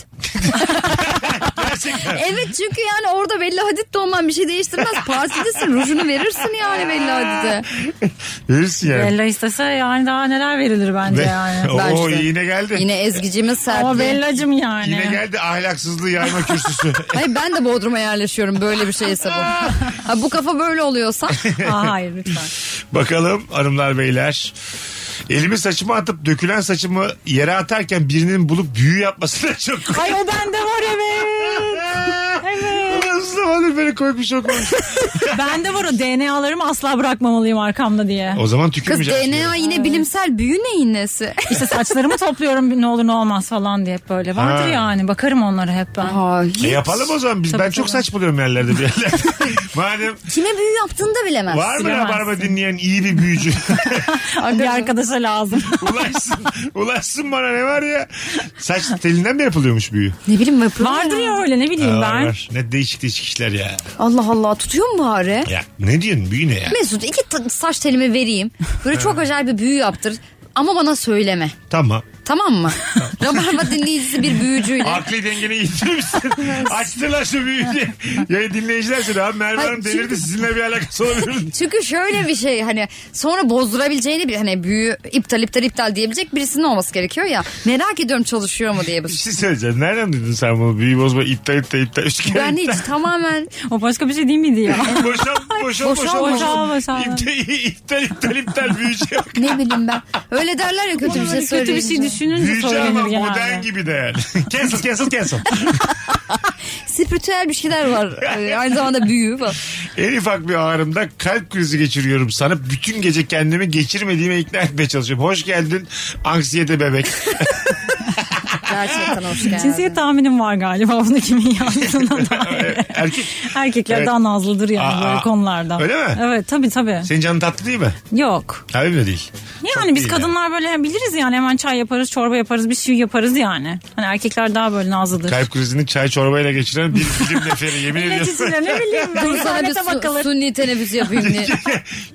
S3: Gerçekten.
S4: Evet çünkü yani orada Bella Hadid de olman bir şey değiştirmez. Partidesin rujunu verirsin yani Bella Hadid'e.
S3: Verirsin yani.
S5: Bella istese yani daha neler verilir bence
S3: Ve-
S5: yani.
S3: Oo
S4: Bence de.
S3: yine geldi. Yine,
S4: Yine ezgicimin
S5: Ama
S4: sertliği.
S5: Bella'cım yani.
S3: geldi ahlaksızlığı yayma kürsüsü.
S4: Hayır ben de Bodrum'a yerleşiyorum böyle bir şeyse bu. Ha, bu kafa böyle oluyorsa
S5: Aa, hayır lütfen.
S3: Bakalım hanımlar beyler. Elimi saçıma atıp dökülen saçımı yere atarken birinin bulup büyü yapmasına çok
S5: Ay o bende var evet.
S3: Evet. zamandır böyle koymuş bir şey okumuş.
S5: Bende var o DNA'larımı asla bırakmamalıyım arkamda diye.
S3: O zaman
S4: Kız
S3: tükürmeyeceğim.
S4: DNA yine bilimsel büyü neyin nesi?
S5: İşte saçlarımı topluyorum ne olur ne olmaz falan diye hep böyle. Vardır
S3: Ha.
S5: yani bakarım onlara hep ben.
S3: E yapalım o zaman biz.
S5: Tabii,
S3: ben çok
S5: tabii.
S3: saçmalıyorum yerlerde bir yerlerde. Madem
S4: Kime büyü yaptığını da bilemez.
S3: var mı
S5: bilemezsin.
S3: Rabarba dinleyen iyi bir büyücü?
S5: Bir arkadaşa lazım.
S3: ulaşsın, ulaşsın bana ne var ya? Saç telinden mi yapılıyormuş büyü?
S4: Ne bileyim yapıyor
S5: Vardır
S4: ya.
S5: ya öyle ne bileyim
S3: Var,
S5: ben.
S3: var. Ne değişik değişik işler ya.
S4: Allah Allah tutuyor mu bari?
S3: Ya ne diyorsun büyü ne ya?
S4: Mesut iki ta- saç telimi vereyim. Böyle çok acayip bir büyü yaptır. Ama bana söyleme.
S3: Tamam.
S4: Tamam mı? Rabarba dinleyicisi bir büyücüyle.
S3: Akli dengeni yitirmişsin. Açtılar şu büyüyü diye. Ya dinleyiciler şöyle abi Merve
S4: Hayır,
S3: Hanım delirdi
S4: çünkü-
S3: sizinle bir alakası olabilir.
S4: Çünkü şöyle bir şey hani sonra bozdurabileceğini bir hani büyü iptal iptal iptal diyebilecek birisinin olması gerekiyor ya. Merak ediyorum çalışıyor mu diye. bu.
S3: Bir şey söyleyeceğim. Nereden duydun sen bunu? Büyü bozma iptal iptal iptal. Üç kere
S4: Ben
S3: iptal.
S4: hiç tamamen
S5: O başka bir şey değil miydi ya?
S3: Boşal, boşal, boşal,
S5: Boşal, boşal, boşal.
S3: İptal, iptal, iptal, iptal büyüyecek.
S4: ne bileyim ben. Öyle derler ya kötü bir şey
S5: kötü bir şey
S4: söyleyince.
S5: düşününce
S3: Büyüyecek ama
S5: söylenir
S3: modern
S5: genelde.
S3: gibi de yani. cancel, cancel, cancel.
S4: Spiritüel bir şeyler var. Ee, Aynı zamanda büyü falan.
S3: en ufak bir ağrımda kalp krizi geçiriyorum sana. Bütün gece kendimi geçirmediğime ikna etmeye çalışıyorum. Hoş geldin anksiyete bebek.
S4: Gerçekten hoş geldin.
S5: Cinsiyet tahminim var galiba bunu kimin yaptığına dair.
S3: Ee, Erkek.
S5: Erkekler
S3: Evet.
S5: daha nazlıdır yani
S3: Aa, aa.
S5: böyle konularda.
S3: Öyle mi?
S5: Evet tabii tabii.
S3: Senin canın tatlı değil mi?
S5: Yok.
S3: Tabii mi değil?
S5: Yani
S3: Çok
S5: biz
S3: iyi
S5: kadınlar böyle biliriz yani hemen çay yaparız, çorba yaparız, bir şey yaparız yani. Hani erkekler daha böyle nazlıdır.
S3: Kalp krizini çay çorbayla geçiren bir bilim neferi yemin ediyorum.
S5: İletişimle ne bileyim ben.
S4: Dur sana bir
S5: internete
S4: su,
S5: bakılır.
S4: sunni teneffüs yapayım diye.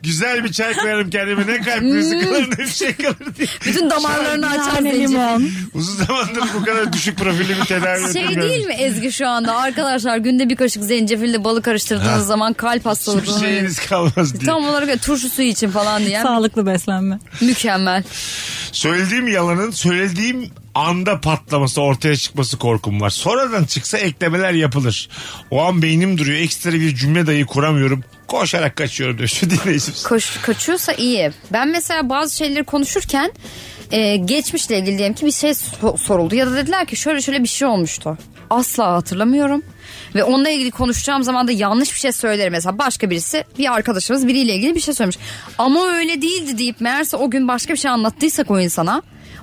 S3: Güzel bir çay koyarım kendime ne kalp krizi kalır ne bir şey kalır diye.
S4: Bütün damarlarını
S5: Bir
S4: açar
S5: tane
S4: zincir.
S5: limon.
S3: Uzun zamandır bu kadar düşük profilli bir tedavi
S4: Şey
S3: görmedim.
S4: değil mi Ezgi şu anda arkadaşlar günde bir kaşık zencefille balı karıştırdığınız zaman kalp
S3: Hiçbir
S4: hastalığı
S3: şeyiniz kalmaz diye.
S4: Tam olarak öyle, turşu suyu için falan diyen
S5: Sağlıklı beslenme.
S4: mükemmel.
S3: Söylediğim yalanın söylediğim anda patlaması ortaya çıkması korkum var. Sonradan çıksa eklemeler yapılır. O an beynim duruyor. Ekstra bir cümle dahi kuramıyorum. Koşarak kaçıyorum diyor şu dinleyicimiz.
S4: Koş, kaçıyorsa iyi. Ben mesela bazı şeyleri konuşurken e, geçmişle ilgili diyelim ki bir şey so- soruldu ya da dediler ki şöyle şöyle bir şey olmuştu. Asla hatırlamıyorum. Ve onunla ilgili konuşacağım zaman da yanlış bir şey söylerim. Mesela başka birisi bir arkadaşımız biriyle ilgili bir şey söylemiş. Ama öyle değildi deyip meğerse o gün başka bir şey anlattıysak o insana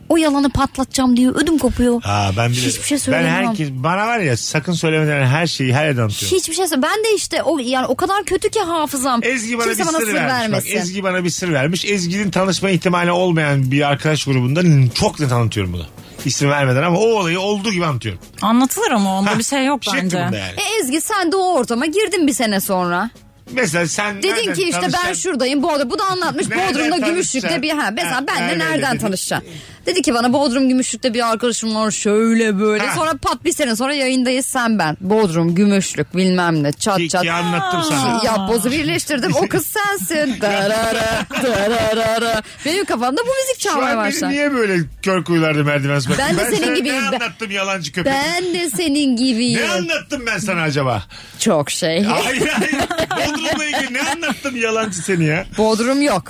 S4: o yalanı patlatacağım diye ödüm kopuyor.
S3: Aa, ben bile,
S4: Hiçbir şey
S3: ben
S4: söylemiyorum.
S3: herkes bana var ya sakın söylemeden her şeyi her yerden atıyorum.
S4: Hiçbir şey sor- Ben de işte o yani o kadar kötü ki hafızam.
S3: Ezgi bana
S4: Kimse
S3: bir
S4: bana
S3: sır,
S4: sır
S3: vermiş.
S4: vermesin.
S3: Bak, Ezgi bana bir sır vermiş. Ezgi'nin tanışma ihtimali olmayan bir arkadaş grubunda çok net anlatıyorum bunu. İsim vermeden ama o olayı olduğu gibi anlatıyorum.
S5: Anlatılır ama onda
S3: Hah,
S5: bir şey yok
S3: şey
S5: bence.
S3: bunda yani.
S4: E Ezgi sen de o ortama girdin bir sene sonra.
S3: Mesela sen
S4: Dedin
S3: nereden
S4: ki işte ben
S3: tanışsan-
S4: şuradayım Bodrum. Bu da anlatmış
S3: Nereden
S4: Bodrum'da
S3: tanışacaksın?
S4: Gümüşlük'te bir ha. Mesela
S3: Ha,
S4: benle
S3: öyle
S4: nereden
S3: dedin.
S4: tanışacaksın? Dedi ki bana Bodrum Gümüşlük'te bir arkadaşım var şöyle böyle.
S3: Ha.
S4: Sonra pat bir sene sonra yayındayız sen ben. Bodrum Gümüşlük bilmem ne çat
S3: Ki,
S4: çat.
S3: ki anlattım sana.
S4: Ya bozu birleştirdim o kız sensin. Darara, darara. Benim kafamda bu müzik
S3: Şu
S4: çalmaya
S3: an beni
S4: başladı.
S3: niye böyle kör kuyularda merdiven sıkıyor?
S4: Ben de senin
S3: sana
S4: gibiyim.
S3: Ne
S4: Ben-
S3: anlattım yalancı köpek?
S4: Ben de senin gibiyim.
S3: Ne anlattım ben sana acaba?
S4: Çok şey.
S3: Hayır hayır. Bodrum'la ilgili ne anlattım yalancı seni ya?
S4: Bodrum yok.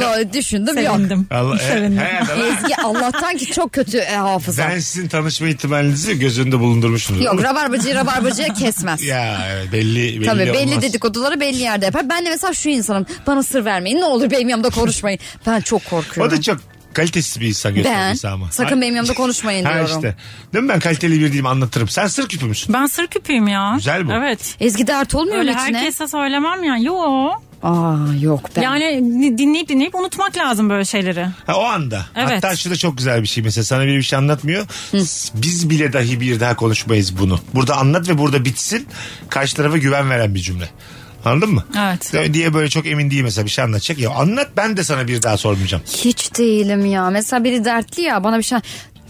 S4: Böyle düşündüm yok.
S5: Sevindim.
S3: Allah, e,
S5: Sevindim.
S3: he, değil mi?
S4: Ezgi Allah'tan ki çok kötü e, hafızam.
S3: ben sizin tanışma ihtimalinizi göz önünde bulundurmuşum.
S4: Yok rabarbacıyı rabarbacıya kesmez.
S3: Ya evet, belli belli
S4: Tabii belli
S3: olmaz.
S4: dedikoduları belli yerde yapar. Ben de mesela şu insanım. Bana sır vermeyin. Ne olur benim yanımda konuşmayın. Ben çok
S3: O
S4: korkuyorum.
S3: da çok kalitesiz bir insan
S4: ben
S3: göstergesi ama.
S4: sakın benim yanımda konuşmayın
S3: Ha
S4: diyorum.
S3: işte. Değil mi ben kaliteli bir değilim anlatırım. Sen sır küpü müsün?
S5: Ben sır küpüyüm ya.
S3: Güzel bu.
S5: Evet.
S4: Ezgi dert olmuyor
S5: Öyle
S4: mu içine?
S5: herkese söylemem yani. Yo.
S4: Aa yok ben.
S5: Yani din- dinleyip dinleyip unutmak lazım böyle şeyleri.
S3: Ha, o anda.
S5: Evet.
S3: Hatta şu da çok güzel bir şey mesela sana biri bir şey anlatmıyor. Biz bile dahi bir daha konuşmayız bunu. Burada anlat ve burada bitsin. Karşı tarafa güven veren bir cümle. Anladın mı?
S5: Evet.
S3: Ya Diye böyle çok emin değil mesela bir şey anlatacak. Ya anlat ben de sana bir daha sormayacağım.
S4: Hiç değilim ya. Mesela biri dertli ya bana bir şey...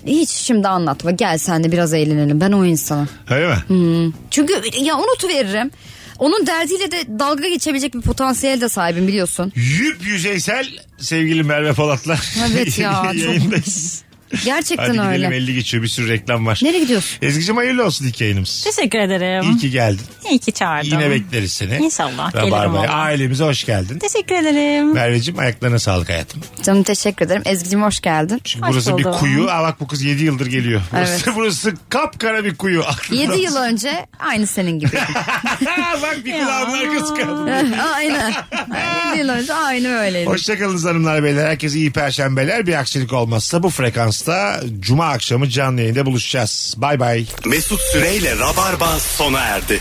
S4: Hiç şimdi anlatma. Gel sen de biraz eğlenelim. Ben o insanım.
S3: Öyle mi?
S4: Çünkü ya unutuveririm. Onun derdiyle de dalga geçebilecek bir potansiyel de sahibim biliyorsun.
S3: Yüp yüzeysel sevgili Merve Polat'la.
S4: Evet ya, çok-
S3: yayındayız.
S4: Gerçekten
S3: Hadi
S4: öyle.
S3: gidelim 50 geçiyor bir sürü reklam var.
S4: Nereye gidiyorsun?
S3: Ezgi'cim hayırlı olsun ilk yayınımız.
S5: Teşekkür ederim.
S3: İyi ki geldin.
S5: İyi ki çağırdın.
S3: Yine bekleriz seni.
S5: İnşallah, gelirim
S3: Rabarba'ya.
S5: valla.
S3: Ailemize hoş geldin.
S5: Teşekkür ederim.
S3: Merveciğim ayaklarına sağlık hayatım.
S4: Canım teşekkür ederim. Ezgi'cim hoş geldin.
S3: Çünkü
S5: Hoş
S3: burası bir
S5: buldum.
S3: kuyu. Aa bak bu kız 7 yıldır geliyor. Burası,
S4: Evet.
S3: burası kapkara bir kuyu.
S4: 7 yıl önce aynı senin gibi.
S3: bak bir kulağımın arkası kaldı.
S4: Aynen. 7 yıl önce aynı öyleydi.
S3: Hoşçakalın hanımlar beyler. Herkese iyi perşembeler. Bir aksilik olmazsa bu frekansta cuma akşamı canlı yayında buluşacağız. Bay bay.
S2: Mesut Süreyle Rabarba sona erdi.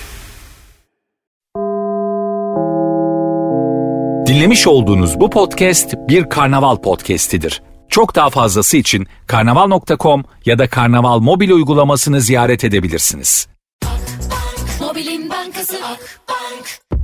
S1: Dinlemiş olduğunuz bu podcast bir karnaval podcastidir. Çok daha fazlası için karnaval.com ya da karnaval mobil uygulamasını ziyaret edebilirsiniz.
S10: Mobilin bankası Akbank.